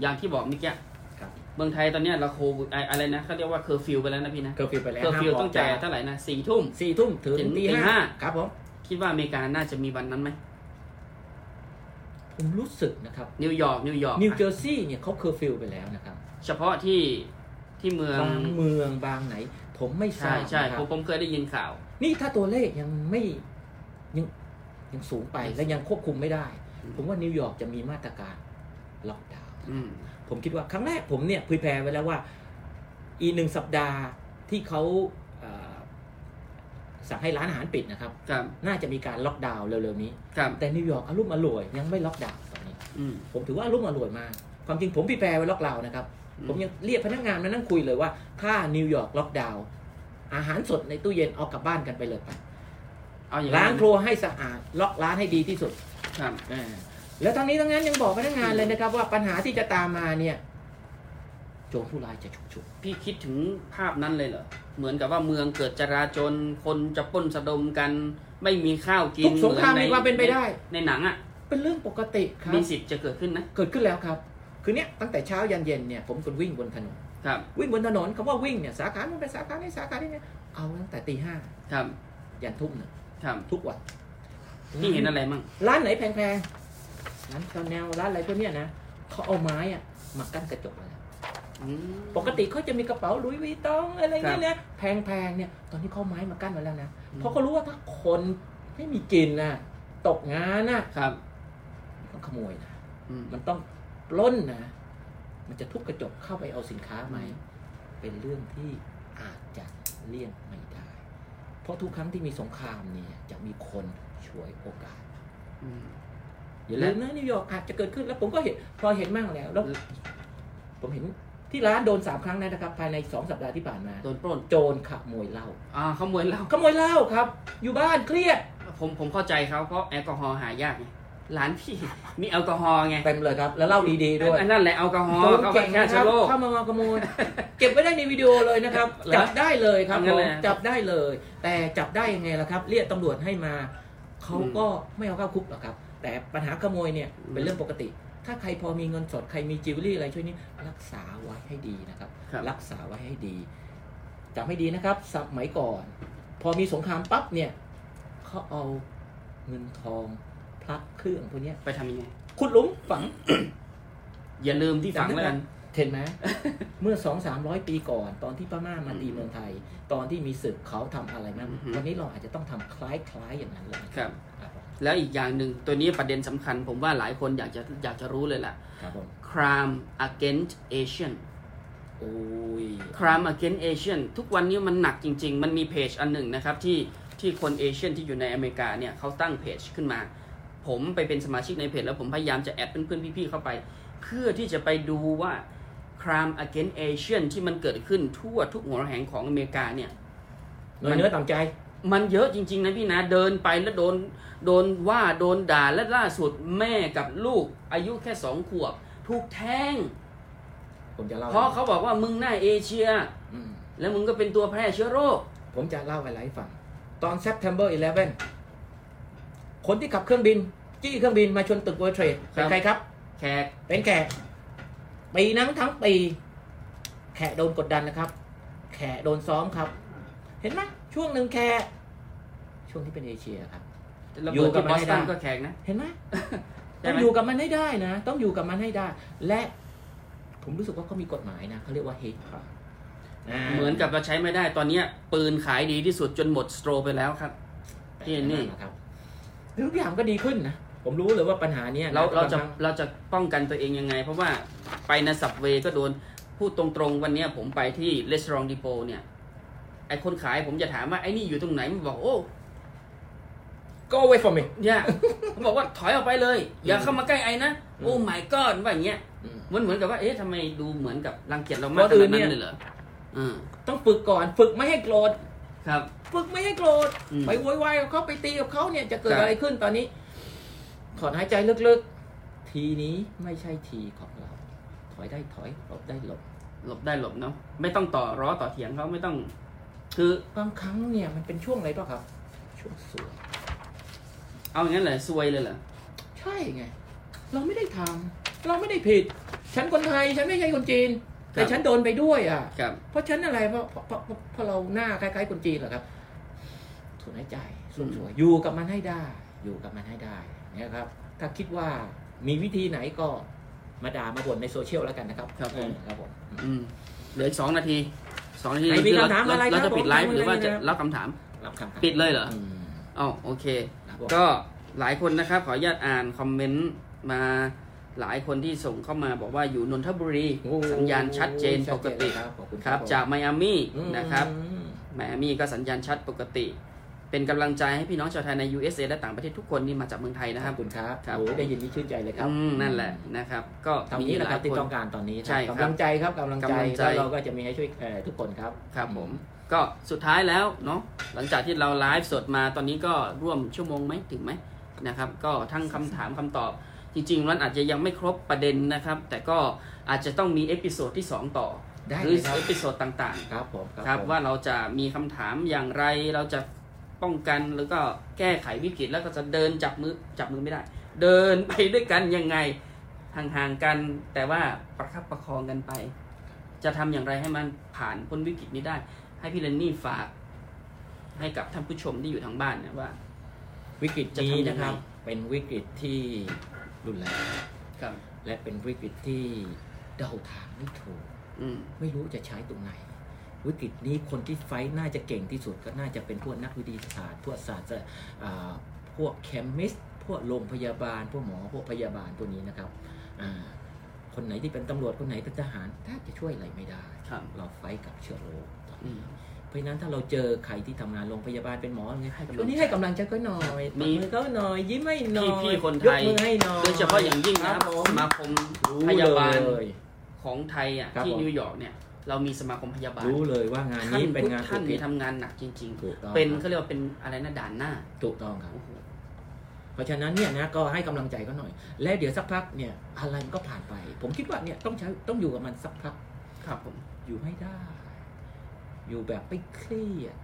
Speaker 2: อย่างที่บอกเมื่อกี้
Speaker 3: ครับ
Speaker 2: เมืองไทยตอนเนี้ยเราโควิดอะอะไรนะเขาเรียกว่าเคอร์ฟิวไปแล้วนะพี่นะ
Speaker 3: เคอร์ฟิวไปแล้ว
Speaker 2: เคอร์ฟิว
Speaker 3: ห้ามก
Speaker 2: ต้องจ่ายเท่าไหร่นะสี่ทุ่ม
Speaker 3: สี่ทุ่มถึง
Speaker 2: ถึง
Speaker 3: ตี
Speaker 2: ตีห้า
Speaker 3: ห้าครับผม
Speaker 2: คิดว่าอเมริกาน่าจะมีวันนั้นไหม
Speaker 3: ผมรู้สึกนะครับ
Speaker 2: นิวยอร์กนิวยอร์ก
Speaker 3: นิวเจอร์ซีย์เนี่ยเขาเคอร์ฟิวไปแล้วนะครับ
Speaker 2: เฉพาะที่ที่เมือง
Speaker 3: บางเมืองบางไหน ผมไม่ทรา
Speaker 2: ใช่
Speaker 3: บ
Speaker 2: ใช่
Speaker 3: นะค
Speaker 2: ผ
Speaker 3: รับ
Speaker 2: มผมเคยได้ยินข่าว
Speaker 3: นี่ถ้าตัวเลขยังไม่ยังยังสูงไปและยังควบคุมไม่ได้
Speaker 2: อืม
Speaker 3: ผมว่านิวยอร์กจะมีมาตรการล็อกดาวน์
Speaker 2: อืม
Speaker 3: ผมคิดว่าครั้งแรกผมเนี่ยพรีแพร์ไว้แล้วว่า อีกหนึ่งสัปดาห์ที่เขาเอ่อสั่งให้ร้านอาหารปิดนะครับ
Speaker 2: ครับ
Speaker 3: น่าจะมีการล็อกดาวน์เร็วๆนี้
Speaker 2: ครับ
Speaker 3: แต่นิวยอร์กอารมณ์อร่วยยังไม่ล็อกดาวน์ตอนนี้
Speaker 2: อืม
Speaker 3: ผมถือว่าอารมณ์อร่วยมาก ความจริงผมพรีแพร์ไว้ล็อกดาวน์นะครับ
Speaker 2: อื
Speaker 3: ผมยังเรียกพนักงานมานั่งคุยเลยว่าถ้านิวยอร์กล็อกดาวน์อาหารสดในตู้เย็นเอากลับบ้านกันไปเลยไป
Speaker 2: เอาอย่าง
Speaker 3: ล้างครัวให้สะอาด ล็อกร้านให้ดีที่สุด
Speaker 2: ครับ
Speaker 3: อ่าแล้วทั้งนี้ทั้งนั้นยังบอกพนักงานเลยนะครับ ว่าปัญหาที่จะตามมาเนี่ย โจรผู้ร้ายจะฉุกฉุก
Speaker 2: พี่คิดถึงภาพนั้นเลยเหรอ เหมือนกับว่าเมืองเกิดจราจนคนจะปล้นสะดมกัน ไม่มีข้าวกิน
Speaker 3: ทุกสงคราม
Speaker 2: หอ
Speaker 3: มี
Speaker 2: ใ
Speaker 3: ความเป็นไปได้
Speaker 2: ในหนังอ่ะ
Speaker 3: เป็นเรื่องปกติครับ
Speaker 2: มีสิทธิ์จะเกิดขึ้นนะ
Speaker 3: เกิดขึ้นแล้วครับ คือเนี้ยตั้งแต่เช้ายันเย็นเนี่ยผมคนวิ่งบนถนน
Speaker 2: ครับ
Speaker 3: วิ่งบนถนนคำว่าวิ่งเนี่ยสาขามันเป็นสาขานี้สาขานี้เนี่ยเอาตั้งแต่ตีห้า
Speaker 2: ครับ
Speaker 3: ยันทุ่มหนึ่ง
Speaker 2: ครับ
Speaker 3: ทุกวัน
Speaker 2: พี่เห็นอะไรมั่ง
Speaker 3: ร้านไหนแพงๆร้านแนวร้านอะไรพวกเนี้ยนะเขาเอาไม้อะมากั้นกระจกแล้ว
Speaker 2: อืม
Speaker 3: ปกติเขาจะมีกระเป๋าหลุยส์วีตองอะไร
Speaker 2: ครั
Speaker 3: เงี้
Speaker 2: บ
Speaker 3: ยนะแพงๆเนี่ย ตอนนี้เขาเอาไม้มากั้นไว้แล้วนะ
Speaker 2: อืม
Speaker 3: เพราะเขารู้ว่าถ้าคนไม่มีกินน่ะ ตกงานน่ะ
Speaker 2: ครับ
Speaker 3: มันต้องขโมยนะ
Speaker 2: อืม
Speaker 3: มันต้องปล้นนะ มันจะทุบกระจกเข้าไปเอาสินค้าไหม
Speaker 2: อืม
Speaker 3: เป็นเรื่องที่อาจจะเลี่ยงไม่ได้ เพราะทุกครั้งที่มีสงครามเนี่ยจะมีคนฉวยโอกาส
Speaker 2: อืม
Speaker 3: อย่าลืมนะนิวยอร์กอาจจะเกิดขึ้นแล้วผมก็เห็นพอเห็นมากแล้วแล้ว
Speaker 2: อืม
Speaker 3: ผมเห็นที่ร้านโดนสามครั้งแล้วนะครับ ภายในสองสัปดาห์ที่ผ่านมา
Speaker 2: โดนปล้น
Speaker 3: โจรขโมยเหล้า
Speaker 2: อ่าขโมยเหล้า
Speaker 3: ขโมยเหล้าครับ อยู่บ้านเครียด
Speaker 2: ผมผมเข้าใจเขาเพราะแอลกอฮอล์หายากไง หลานพี่ มีแอลกอฮอล์ไง
Speaker 3: เต็มเลยครับ แล้วเล่าดีๆด้วย
Speaker 2: อันนั่นแหละแอลกอฮอล์
Speaker 3: โจร
Speaker 2: เข้าไป
Speaker 3: เก่ง
Speaker 2: ฆ่า
Speaker 3: นะค
Speaker 2: เชื้
Speaker 3: รั
Speaker 2: อบโรค
Speaker 3: เข้ามามาขโมยเก็บไว้ได้ในวิดีโอเลยนะครับ
Speaker 2: เหรอ
Speaker 3: จับได้เลยครับ
Speaker 2: เอางั้
Speaker 3: ผ
Speaker 2: น
Speaker 3: ม
Speaker 2: เลย
Speaker 3: จับได้เลย แต่จับได้ยังไงล่ะครับ เรียกตำรวจให้มาเขาก็ไม่เอาเข้าคุกหรอกครับ แต่ปัญหาขโมยเนี่ยเป็นเรื่องปกติ ถ้าใครพอมีเงินสดใครมีจิวเวลรี่อะไรช่วยนี้รักษาไว้ให้ดีนะครับ
Speaker 2: ครับ
Speaker 3: กษาไว้ให้ดีจำให้ดีนะครับสมัยก่อน พอมีสงครามปั๊บเนี่ยเขาเอาเงินทองพระเครื่องพวกเนี้ย
Speaker 2: ไปทำยังไง
Speaker 3: ขุดหลุมฝัง
Speaker 2: อย่าลืมที่ฝังแล้วกัน
Speaker 3: เห็ นไหม เมื่อสองสามร้อยปีก่อน ตอนที่พม่ามาตีเมืองไทย ตอนที่มีศึกเขาทำอะไรมั้ง
Speaker 2: อือฮึ
Speaker 3: วันนี้เราอาจจะต้องทำคล้ายๆอย่างนั้นเลย
Speaker 2: ครับ
Speaker 3: ครับผม
Speaker 2: แล้วอีกอย่างหนึ่งตัวนี้ประเด็นสำคัญ ผมว่าหลายคนอยากจะอยากจะรู้เลยล่ะ
Speaker 3: ครับผม
Speaker 2: crime against Asian
Speaker 3: โอ้ย
Speaker 2: crime against Asian ทุกวันนี้มันหนักจริง ๆ มันมีเพจอันหนึ่งนะครับที่ที่คนเอเชียนที่อยู่ในอเมริกาเนี่ยเขาตั้งเพจขึ้นมา ผมไปเป็นสมาชิกในเพจแล้วผมพยายามจะแอดเพื่อนๆพี่ๆเข้าไป เพื่อที่จะไปดูว่า crime against Asian ที่มันเกิดขึ้นทั่วทุกหัวแห่งของอเมริกาเนี่ย
Speaker 3: หน่วยเนื้อต่ำใจ
Speaker 2: มันเยอะจริง ๆ นะพี่นะ เดินไปแล้วโดนโดนว่าโดนด่าและล่าสุดแม่กับลูก อายุแค่สองขวบ ถูกแทง
Speaker 3: ผมจะเล่า
Speaker 2: เพราะเขาบอกว่ามึงหน้าเอเชีย
Speaker 3: อืม
Speaker 2: แล้วมึงก็เป็นตัวแพร่เชื้อโรค
Speaker 3: ผมจะเล่าอะไรให้ฟัง ตอน September 11 คนที่ขับเครื่องบิน จี้เครื่องบินมาชนตึก World Trade
Speaker 2: ครั
Speaker 3: เป็
Speaker 2: บ
Speaker 3: นใครครับ
Speaker 2: แขก
Speaker 3: เป็นแขกปีนั้นทั้งปี แขกโดนกดดันนะครับ แขกโดนซ้อมครับ เห็นไหมช่วงหนึ่งแขกช่วงที่เป็นเอเชียครับ
Speaker 2: ระ
Speaker 3: อยู่
Speaker 2: เบิด
Speaker 3: กั
Speaker 2: ที่อสตัน
Speaker 3: บบไม่ได้
Speaker 2: ก็แขกนะ
Speaker 3: เห็นไหม
Speaker 2: ใช่
Speaker 3: ต้อ
Speaker 2: ไห
Speaker 3: ง
Speaker 2: ม
Speaker 3: อยู่กับมันให้ได้นะ ต้องอยู่กับมันให้ได้ และผมรู้สึกว่าเขามีกฎหมายนะเขาเรียกว่าเฮ e ครับ
Speaker 2: เหมือนกับเราใช้ไม่ได้ตอนเนี้ยปืนขายดีที่สุดจนหมดสโตรไปแล้วครับ ที่นี่
Speaker 3: ครับทุกอย่างก็ดีขึ้นนะ ผมรู้เลยว่าปัญหานี้ยน
Speaker 2: เราเราจะ
Speaker 3: บงคง
Speaker 2: เราจะป้องกันตัวเองยังไง เพราะว่าไปในสับเวก็โดนพูดตรงๆ วันเนี้ยผมไปที่เลส a องดีโปเนี่ยไอคนขายผมจะถามว่าไอนี่อยู่ตรงไหนมันบอกโอ้
Speaker 3: ก็ away from me
Speaker 2: เนี่ยเขาบอกว่าถอยออกไปเลย อย่าเข้ามาใกล้ไอ้นะ โอ้ my god ว่าอย่างเงี้ย
Speaker 3: อืม
Speaker 2: มันเหมือนกับว่าเอ๊ะทำไมดูเหมือนกับรังเกียจเรามากขนาดนั้นเลยเหรออืม
Speaker 3: ต้องฝึกก่อน ฝึกไม่ให้โกรธ
Speaker 2: ครับ
Speaker 3: ฝึกไม่ให้โกรธ
Speaker 2: อืม
Speaker 3: ไปโวยวายกับเขาไปตีกับเขาเนี่ยจะเกิด
Speaker 2: ครับ
Speaker 3: อะไรขึ้นตอนนี้ ถอนหายใจลึกๆ ทีนี้ไม่ใช่ทีของเรา ถอยได้ถอยหลบได้หลบ
Speaker 2: หลบได้หลบเนาะไม่ต้องต่อร้อต่อเถียงเขาไม่ต้อง คือบ
Speaker 3: างครั้งเนี่ยมันเป็นช่วงอะไรป่ะครับ ช่วงสวย
Speaker 2: เอาอย่างนั้นเลยซวยเลยเหรอ
Speaker 3: ใช่ไง เราไม่ได้ทำเราไม่ได้ผิด ฉันคนไทยฉันไม่ใช่คนจีน แต่ฉันโดนไปด้วยอ่ะ
Speaker 2: ครับ
Speaker 3: เพราะฉันอะไรเพราะเพราะเพราะเพราะเราหน้าคล้ายๆคนจีนเหรอครับสูดหายใจสูดสวยอยู่กับมันให้ได้ อยู่กับมันให้ได้เนี่ยครับ ถ้าคิดว่ามีวิธีไหนก็มาด่ามาบ่นในโซเชียลแล้วกันนะครับ
Speaker 2: ครับผม
Speaker 3: เออครับผม
Speaker 2: อืมเหลืออีกสองนาทีสองนาที
Speaker 3: ไหนมี
Speaker 2: คือเรา
Speaker 3: คำถามอะไร
Speaker 2: เราจะ
Speaker 3: ครับ
Speaker 2: ปิดไลฟ์
Speaker 3: ผม
Speaker 2: หรือว่าจะ
Speaker 3: ไม่ได้นะครับ
Speaker 2: รับคำถาม
Speaker 3: รับคำครับ
Speaker 2: ปิดเลยเหรอ
Speaker 3: อืม
Speaker 2: อ๋อโอเค
Speaker 3: ครับผม
Speaker 2: ก็หลายคนนะครับ ขออนุญาตอ่านคอมเมนต์มาหลายคนที่ส่งเข้ามาบอกว่าอยู่นนทบุรี
Speaker 3: โอ้โห
Speaker 2: สัญญาณชัดเจนปกติ
Speaker 3: ครับขอบคุณ
Speaker 2: ครับจากไมอามี่
Speaker 3: อืม
Speaker 2: นะครับไมอามี่ก็สัญญาณชัดปกติ เป็นกำลังใจให้พี่น้องชาวไทยใน USA และต่างประเทศทุกคนที่มาจากเมืองไทยนะค
Speaker 3: ข
Speaker 2: รั
Speaker 3: อบ บคุณครับ
Speaker 2: ครับ
Speaker 3: โอ้ยได้ยินนี่ชื่นใจเลยครับ
Speaker 2: อืมนั่นแหละนะครับ ก็
Speaker 3: ตอน
Speaker 2: มี
Speaker 3: นี้แห
Speaker 2: ห
Speaker 3: ละค
Speaker 2: ลา
Speaker 3: รั
Speaker 2: ย
Speaker 3: บที่
Speaker 2: คน
Speaker 3: ต้องการตอนนี้นะ
Speaker 2: ใช่ครับ
Speaker 3: กำลังใจครับกำลังใจ
Speaker 2: กำลังใจ
Speaker 3: แล้วเราก็จะมีให้ช่วยเอ่อทุกคนครับ
Speaker 2: ครับผมก็สุดท้ายแล้วเนาะหลังจากที่เราไลฟ์สดมาตอนนี้ก็ร่วมชั่วโมงไหมถึงไหมนะครับก็ทั้งคำถามคำตอบ จริงๆมันอาจจะยังไม่ครบประเด็นนะครับ แต่ก็อาจจะต้องมีเอพิโซดที่ 2 ต่อ
Speaker 3: ได้
Speaker 2: ห
Speaker 3: เลย
Speaker 2: รือ
Speaker 3: ครับ
Speaker 2: เอพิโซดต่าง
Speaker 3: ครับผม
Speaker 2: ๆครับ
Speaker 3: ผม
Speaker 2: ว่าเราจะมีคำถามอย่างไรเราจะป้องกันแล้วก็แก้ไขวิกฤตแล้วก็จะเดินจับมือจับมือไม่ได้ เดินไปด้วยกันยังไงห่างๆกัน แต่ว่าประคับประคองกันไป จะทำอย่างไรให้มันผ่านพ้นวิกฤตนี้ได้ ให้พี่เลนนี่ฝาก ให้กับท่านผู้ชมที่อยู่ทางบ้านนะว่า
Speaker 3: วิกฤต
Speaker 2: จะ
Speaker 3: นี้
Speaker 2: ทำยังไง
Speaker 3: นะครับ เป็นวิกฤตที่รุนแรง
Speaker 2: ครับ
Speaker 3: และเป็นวิกฤตที่เดาทางไม่ถูก
Speaker 2: อืม
Speaker 3: ไม่รู้จะใช้ตรงไหน วิกฤตนี้คนที่ไฟท์น่าจะเก่งที่สุดก็น่าจะเป็นพวกนักวิทยาศาสตร์ พวกศาสตร์อ่าพวกเคมิสพวกโรงพยาบาล พวกหมอ พวกพยาบาลตัวนี้นะครับอ่าคนไหนที่เป็นตำรวจ คนไหนเป็นทหารแทบจะช่วยอะไรไม่ได้
Speaker 2: ครับ
Speaker 3: เราไฟท์กับเชื้อโรคตอน
Speaker 2: อืม
Speaker 3: นี้เพราะฉะนั้นถ้าเราเจอใครที่ทำงานโรงพยาบาลเป็นหมออะไรเงี้ย
Speaker 2: ให้กำลังใจ
Speaker 3: ช่วงนี้ให้กำลังใจก็หน่อย
Speaker 2: มี
Speaker 3: มีก็หน่อย ยิ้มให้หน่อย
Speaker 2: พี่ๆคนไทย
Speaker 3: กมือให้หน่อย
Speaker 2: โดยเฉพาะอย่างยิ่งนะครับ
Speaker 3: ผม
Speaker 2: สมาคม
Speaker 3: รู้
Speaker 2: พยาบาล
Speaker 3: เลย
Speaker 2: ของไทยอ่ะ
Speaker 3: ครับ
Speaker 2: ที่
Speaker 3: ผม
Speaker 2: นิวยอร์กเนี่ย เรามีสมาคมพยาบาล
Speaker 3: รู้เลยว่างานนี้เป็นงาน
Speaker 2: ท่าน
Speaker 3: อุ
Speaker 2: นี้
Speaker 3: ทิศ
Speaker 2: ทำงานหนักจริง
Speaker 3: ถูกต้อง
Speaker 2: ๆ เป็น
Speaker 3: ค
Speaker 2: เขา
Speaker 3: รับ
Speaker 2: เรียกว่าเป็นอะไรนะด่านหน้า
Speaker 3: ถูกต้องครับ
Speaker 2: โอ้โห
Speaker 3: เพราะฉะนั้นเนี่ยนะก็ให้กำลังใจเขาหน่อย และเดี๋ยวสักพักเนี่ยอะไรมันก็ผ่านไป ผมคิดว่าเนี่ยต้องใช้ต้องอยู่กับมันสักพัก
Speaker 2: ครับผม
Speaker 3: อยู่ให้ได้ อยู่แบบไม่เครียด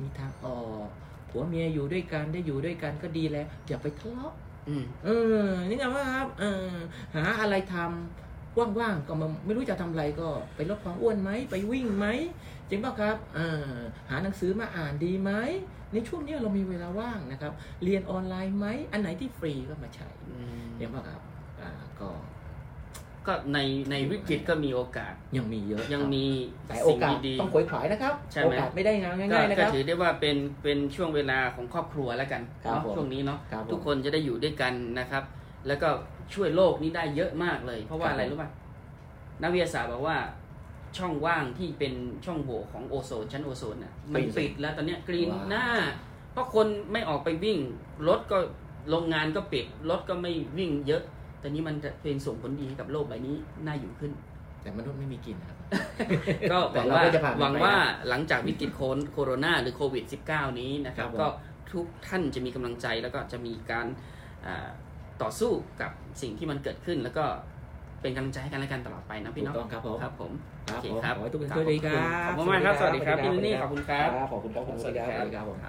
Speaker 3: มีทางออก ผัวเมียอยู่ด้วยกันได้อยู่ด้วยกันก็ดีแล้ว อย่าไปทะเลาะ
Speaker 2: อืม
Speaker 3: เออ นี่นะว่าครับ เออ หาอะไรทำว่างๆ ก็มาไม่รู้จะทำอะไรก็ไปลดความอ้วนไหม ไปวิ่งไหมจริงป่ะครับ เออ หาหนังสือมาอ่านดีไหม ในช่วงเนี้ยเรามีเวลาว่างนะครับ เรียนออนไลน์ไหม อันไหนที่ฟรีก็มาใช้จริงป่ะครับ อ่า ก็
Speaker 2: ก็ในในวิกฤตก็มีโอกาส
Speaker 3: ยังมีเยอะ
Speaker 2: ยังมี
Speaker 3: แต่โอ
Speaker 2: สิ่ง
Speaker 3: กาส
Speaker 2: ดี
Speaker 3: ต้องขวยขวายนะครับ
Speaker 2: ใช่ไหม
Speaker 3: โอกาสไม่ได้งาน
Speaker 2: ก็
Speaker 3: ง่ายๆนะค
Speaker 2: ก็
Speaker 3: รับ
Speaker 2: ถือได้ว่าเป็นเป็นช่วงเวลาของครอบครัวแล้วกัน
Speaker 3: ครับ
Speaker 2: เนาะ
Speaker 3: ผม
Speaker 2: ช่วงนี้เนาะ
Speaker 3: ครับผม
Speaker 2: ทุกคนจะได้อยู่ด้วยกันนะครับ แล้วก็ช่วยโลกนี้ได้เยอะมากเลย เพราะว่า
Speaker 3: ครับ
Speaker 2: อะไรรู้ป่ะนักวิทยาศาสตร์บอกว่าช่องว่างที่เป็นช่องโหว่ของโอโซนชั้นโอโซนน่ะมันปิดแล้วตอนเนี้ยกรีนหน้า เพราะคนไม่ออกไปวิ่ง รถก็โรงงานก็ปิด รถก็ไม่วิ่งเยอะ แต่นี้มันจะเป็นส่งผลดีให้กับโลกใบนี้น่าอยู่ขึ้น
Speaker 3: แต่มนุษย์ไม่มีกินนะครับ
Speaker 2: ก็ห
Speaker 3: แต่
Speaker 2: วัง
Speaker 3: เรา
Speaker 2: ว่า
Speaker 3: ก็จะผ่านมัน
Speaker 2: หวัง
Speaker 3: ไป
Speaker 2: ว่าหลังจากวิกฤตโคนโคโรนาหรือโควิด -19 นี้นะครับ
Speaker 3: ครับผม
Speaker 2: ก็ทุกท่านจะมีกำลังใจแล้วก็จะมีการอ่าต่อสู้กับสิ่งที่มันเกิดขึ้น แล้วก็เป็นกำลังใจให้กันและกันตลอดไปนะพี่
Speaker 3: ถูก
Speaker 2: เนาะ
Speaker 3: ต้องครับผม
Speaker 2: ครับผม
Speaker 3: ค
Speaker 2: โอเคค
Speaker 3: รับผม
Speaker 2: รับ
Speaker 3: ขอให้ทุกคนโชคดีครับ
Speaker 2: ขอบคุณมากครับ สวัสดีครับพี่นุ่นนี่ขอบคุณครับ
Speaker 3: ครับขอบคุณครับผมสวัสดีครับสวัสดีครับผม